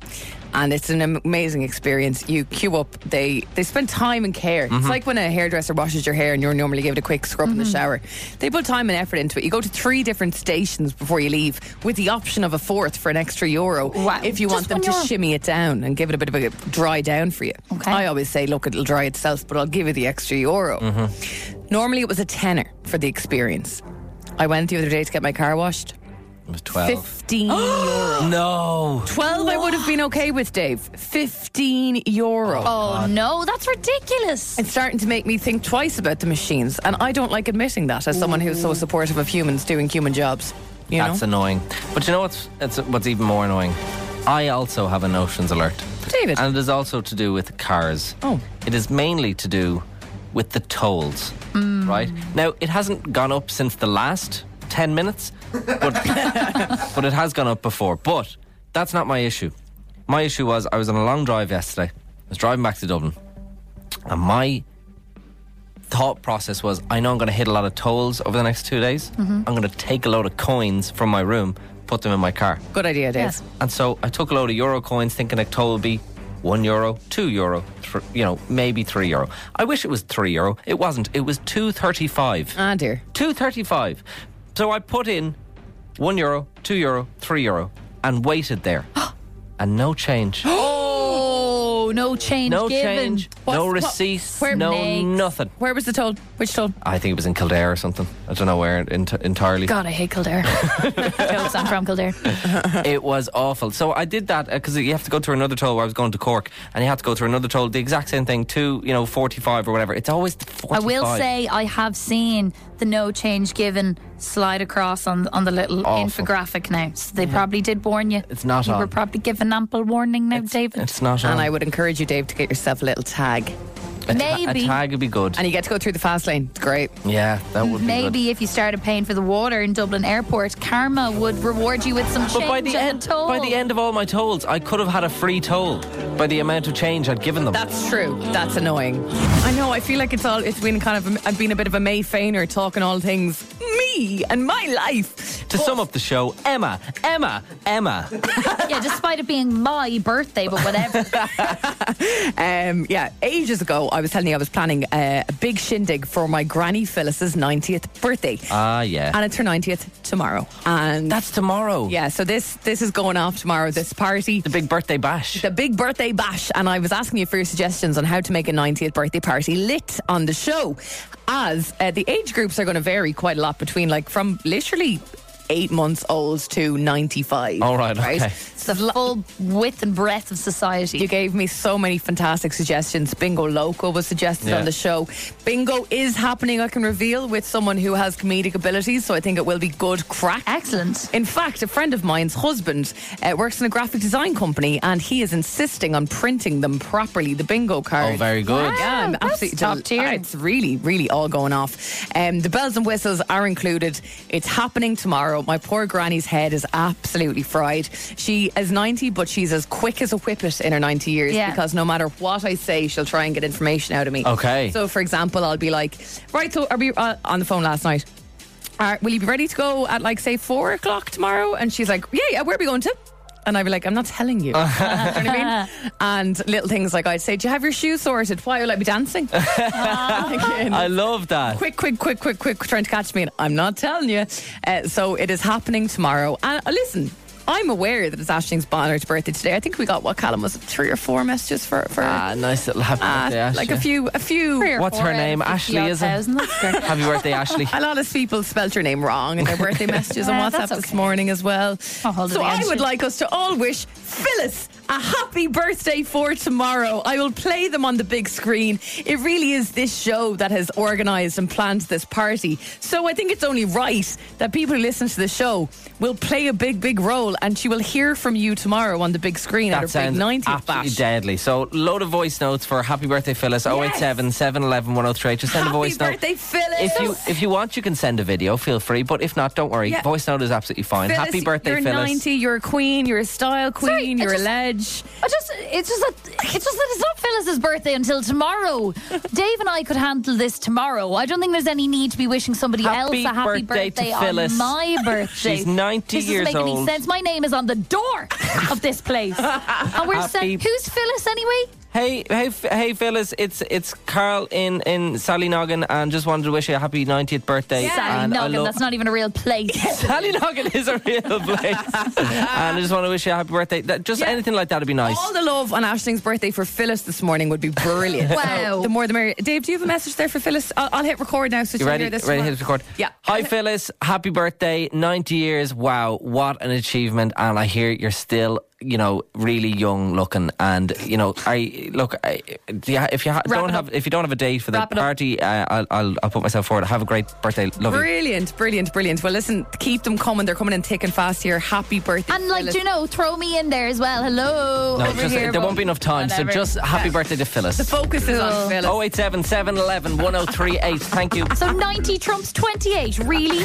And it's an am- amazing experience. You queue up. They they spend time and care. It's
Mhm.
like when a hairdresser washes your hair and you're normally give it a quick scrub in the
Mhm.
shower. They put time and effort into it. You go to three different stations before you leave, with the option of a fourth for an extra euro if you want
Just
them
one
to
euro.
shimmy it down and give it a bit of a dry down for you. Okay. I always say, look, it'll dry itself, but I'll give you the extra euro.
Mm-hmm.
Normally it was a tenner for the experience. I went the other day to get my car washed.
It was twelve.
15 euro.
No.
12 I would have been okay with, Dave. 15 euro.
Oh, no, that's ridiculous.
It's starting to make me think twice about the machines, and I don't like admitting that as someone who's so supportive of humans doing human jobs. You
That's
know?
annoying. But you know what's it's, what's even more annoying? I also have a notions alert.
David.
And it is also to do with cars. Oh. It is mainly to do with the tolls. Right? Now, it hasn't gone up since the last 10 minutes, but, but it has gone up before. But that's not my issue. My issue was I was on a long drive yesterday. I was driving back to Dublin. And my thought process was I know I'm going to hit a lot of tolls over the next two days.
Mhm.
I'm going to take a load of coins from my room, put them in my car.
Good idea, Dave.
Yes. And so I took a load of euro coins thinking a toll would be one euro, two euro, thr you know, maybe three euro. I wish it was three euro. It wasn't. It was 235.
Ah, dear.
235. So I put in one euro, two euro, three euro and waited there. and no change.
Oh, no change
No
given.
change, no receipts, no nothing.
Where was the toll? Which toll?
I think it was in Kildare or something. I don't know where ent- entirely.
God, I hate Kildare. Jokes, I'm from Kildare.
it was awful. So I did that because you have to go through another toll where I was going to Cork, and you had to go through another toll, the exact same thing, two, you know, forty-five or whatever. It's always the
I
forty-five.
will say I have seen the no change given slide across on on the little infographic now. So they probably did warn you. It's
not
You
on.
were probably given ample warning now, David.
it's not.
And
on.
I would encourage you, Dave, to get yourself a little tag.
A ta- a tag would be good.
And you get to go through the fast lane. It's great.
Yeah, that would be
Maybe if you started paying for the water in Dublin Airport, karma would reward you with some change
But by the
and
end,
a toll.
by the end of all my tolls, I could have had a free toll by the amount of change I'd given them.
That's true. That's annoying. I know. I feel like it's all. It's been kind of. I've been a bit of a May Fainer talking all things me and my life.
to sum up the show, Emma, Emma, Emma.
yeah, despite it being my birthday, but whatever.
Um, yeah, ages ago, I was telling you I was planning uh, a big shindig for my granny Phyllis's 90th birthday.
Ah, yeah.
And it's her 90th tomorrow. And
that's tomorrow.
Yeah, so this this is going off tomorrow, this party. The
big birthday bash.
The big birthday bash. And I was asking you for your suggestions on how to make a 90th birthday party lit on the show. As uh, the age groups are going to vary quite a lot between like from literally eight months old to 95.
All right, okay.
It's the full
width and breadth of society.
You gave me so many fantastic suggestions. Bingo Loco was suggested
Yeah.
on the show. Bingo is happening, I can reveal, with someone who has comedic abilities, so I think it will be good crack.
Excellent.
In fact, a friend of mine's husband uh, works in a graphic design company and he is insisting on printing them properly, the bingo cards.
Oh, very good. Wow,
Yeah, I'm
that's
absolutely
top
del- It's really, really all going off. Um, the bells and whistles are included. It's happening tomorrow. tomorrow. My poor granny's head is absolutely fried. She is 90, but she's as quick as a whippet in her 90 years
Yeah.
because no matter what I say, she'll try and get information out of me.
Okay.
So, for example, I'll be like, right, so are we uh, on the phone last night? Are, will you be ready to go at like, say, four o'clock tomorrow? And she's like, yeah, yeah, where are we going to? And I'd be like, I'm not telling you. you know what I mean? And little things like I'd say, Do you have your shoes sorted? Why will I be dancing? Again
I love that.
quick, quick, quick, quick, quick, trying to catch me. And I'm not telling you. Uh, so it is happening tomorrow. And uh, listen, I'm aware that it's Ashling's Bonner's birthday today. I think we got what Callum was it, three or four messages for for
Ah, nice little happy
uh,
birthday, Ashley.
like a few a few.
What's her name? Ashley, is it? Happy birthday, Ashley.
A lot of people spelt your name wrong in their birthday messages on
Yeah,
WhatsApp
that's
this morning as well.
it
So I
against
would
you.
like us to all wish Phyllis a happy birthday for tomorrow. I will play them on the big screen. It really is this show that has organised and planned this party. So I think it's only right that people who listen to the show will play a big, big role and she will hear from you tomorrow on the big screen
That
at her big
sounds
90th
absolutely
bash.
deadly. So, load of voice notes for Happy Birthday Phyllis 087 711 103. Just send
Happy
a voice note.
birthday, Phyllis!
If you if you want, you can send a video. Feel free, but if not, don't worry.
Yeah.
Voice note is absolutely fine.
Phyllis,
Happy birthday,
you're
Phyllis!
90, you're a queen, you're a style queen,
Sorry, I
you're
just-
a ledge.
I just, it's just that, it's just that it's not Phyllis's birthday until tomorrow. Dave and I could handle this tomorrow. I don't think there's any need to be wishing somebody
Happy
else a happy
birthday to
birthday,
Phyllis.
on my birthday.
She's 90
this
years
doesn't make
old.
any sense. My name is on the door of this place, and we're
Happy-
saying, who's Phyllis anyway?
Hey, hey, F- hey, Phyllis! It's it's Carl in in Sally Noggin, and just wanted to wish you a happy 90th birthday.
Sally
and I
Noggin.
love-
that's not even a real place.
Sally Noggin is a real place, and I just want to wish you a happy birthday. That, just anything like that would be nice.
All the love on Ashling's birthday for Phyllis this morning would be brilliant.
Wow.
So, the more the merrier. Dave, do you have a message there for Phyllis? I'll, I'll hit record now so
You
she'll
ready?
hear this.
Ready to
tomorrow.
hit record?
Yeah.
Hi, Phyllis. Happy birthday. 90 years. Wow. What an achievement. And I hear you're still, you know, really young looking. And, you know, I look, I, do you ha- if you ha-
Wrap
don't
it up.
have if you don't have a date for the
Wrap it up.
party, uh, I'll, I'll, I'll put myself forward. Have a great birthday. Love you.
Brilliant, brilliant, brilliant. Well, listen, keep them coming. They're coming in thick and fast here. Happy birthday.
And like,
Phyllis.
do you know, throw me in there as well. Hello.
No,
over
just,
here,
there won't
but
be enough time.
whatever.
So just happy birthday to
the
Phyllis. Oh,
focus is on
Cool.
Phyllis.
087 711 1038. Thank you.
So 90 trumps 28, really?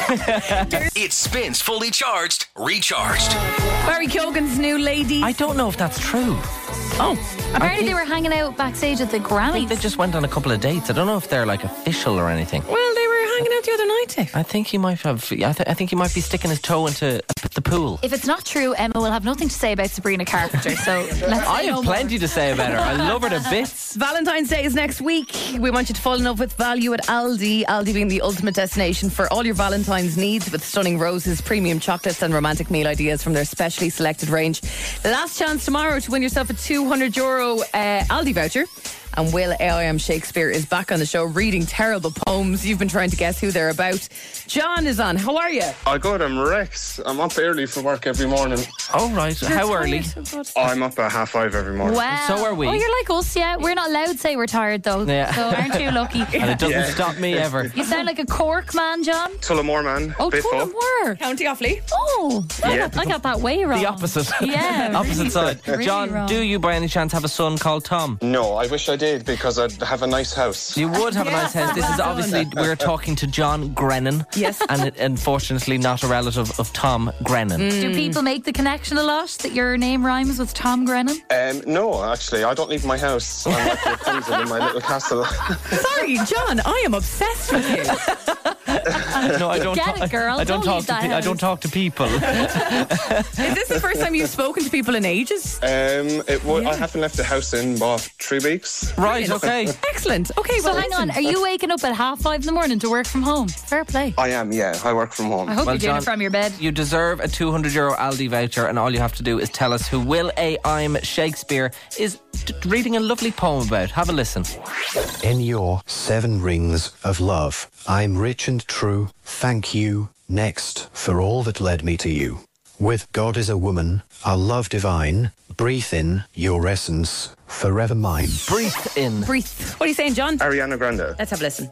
It spins fully charged, recharged.
Barry Keoghan's new lady.
I don't know if that's true.
oh,
Apparently they were hanging out backstage at the
I
Grammys.
think they just went on a couple of dates. I don't know if they're like official or anything.
well, they were hanging out the other night, Dave.
I think he might have. I, th- I think he might be sticking his toe into the pool.
If it's not true, Emma will have nothing to say about Sabrina Carpenter. So let's
I
say no
have
more.
plenty to say about her. I love her to bits.
Valentine's Day is next week. We want you to fall in love with value at Aldi. Aldi being the ultimate destination for all your Valentine's needs with stunning roses, premium chocolates, and romantic meal ideas from their specially selected range. The last chance tomorrow to win yourself a 200 euro uh, Aldi voucher. And Will A.I.M. Shakespeare is back on the show reading terrible poems. You've been trying to guess who they're about. John is on. How are you?
I go to Rex. I'm up early for work every morning.
All right. How early?
I'm up at half five every morning.
Wow.
So are we.
Oh, you're like us, yeah. We're not allowed to say we're tired, though.
Yeah.
So aren't you lucky?
And it doesn't
Yeah.
stop me ever.
You sound like a cork man, John.
Tullamore man,
Oh,
Biffo.
Tullamore.
County Offaly.
Oh, I,
Yeah.
got, I got that way wrong.
The opposite.
Yeah.
opposite
really-
side.
really
John,
wrong.
do you by any chance have a son called Tom?
No, I wish I did because I'd have a nice house.
You would have a nice house. This is obviously we're talking to John Grennan.
Yes.
And unfortunately not a relative of Tom Grennan.
Do people make the connection a lot that your name rhymes with Tom Grennan?
Um, no, actually, I don't leave my house. Um, I'm like Rapunzel in my little castle.
Sorry, John, I am obsessed with you.
No, I don't.
Get
ta-
it, girl.
I don't,
Don't
talk.
leave
To
that
pe- I
house.
don't talk to people.
Is this the first time you've spoken to people in ages?
Um, it would. I haven't left the house in about three weeks.
right. Okay.
Excellent. Okay,
So
well,
hang on,
listen.
are you waking up at half five in the morning to work from home? Fair play.
I am. Yeah, I work from
Uh,
I
home.
hope you're doing
John,
it from your bed.
You deserve a 200 euro Aldi voucher, and all you have to do is tell us who Will A. I'm Shakespeare is t- reading a lovely poem about. Have a listen.
In your seven rings of love, I'm rich and true. Thank you, next, for all that led me to you. With God as a woman, our love divine, breathe in your essence, forever mine.
Breathe in.
Breathe. What are you saying, John?
Ariana Grande.
Let's have a listen.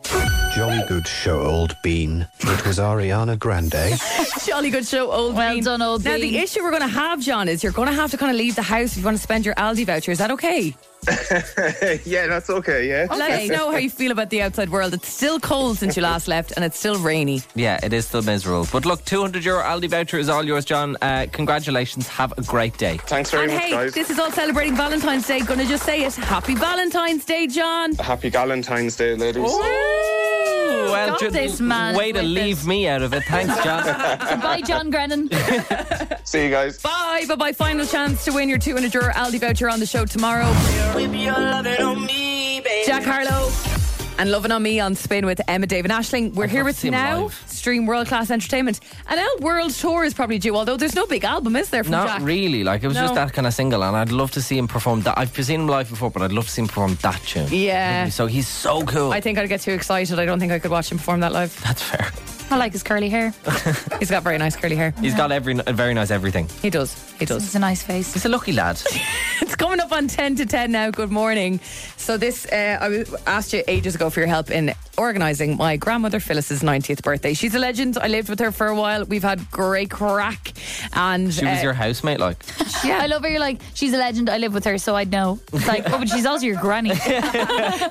jolly good show, old bean. It was Ariana Grande.
Jolly good show, old well
done, old
Now
bean.
the issue we're going to have, John, is you're going to have to kind of leave the house if you want to spend your Aldi voucher. Is that okay?
yeah, that's okay, yeah.
Let us know how you feel about the outside world. It's still cold since you last left, and it's still rainy.
Yeah, it is still miserable. But look, 200 euro Aldi voucher is all yours, John. Uh, congratulations. Have a great day.
Thanks very
and
much,
hey,
guys.
this is all celebrating Valentine's Day. Gonna just say it. Happy Valentine's Day, John.
Happy Valentine's Day, ladies.
Ooh, well,
Oh, Got
Ju-
this, man.
Way to
With
leave me out of it. Thanks, John.
Bye, John Grennan.
See you guys.
Bye, bye, bye. Final chance to win your 200 euro Aldi voucher on the show tomorrow. Jack Harlow. And Loving on Me on Spin with Emma, David Ashling. We're here
love
with
to see him
Now
live.
Stream World Class Entertainment. An L World Tour is probably due, although there's no big album, is there, from
Not
Jack?
really. Like, it was just
No.
that kind of single, and I'd love to see him perform that. I've seen him live before, but I'd love to see him perform that tune.
Yeah.
So he's so cool.
I think I'd get too excited. I don't think I could watch him perform that live.
That's fair.
I like his curly hair.
He's got very nice curly hair.
He's got every a very nice everything.
He does. He does.
He's a nice face.
He's a lucky lad.
It's coming up on 10 to 10 now. Good morning. So, this, uh, I was- asked you ages ago for your help in organising my grandmother Phyllis's 90th birthday. She's a legend. I lived with her for a while. We've had great crack. And
She was
uh,
your housemate, like.
Yeah. I love her. You're like, she's a legend. I live with her, so I'd know. It's like, oh, but she's also your granny.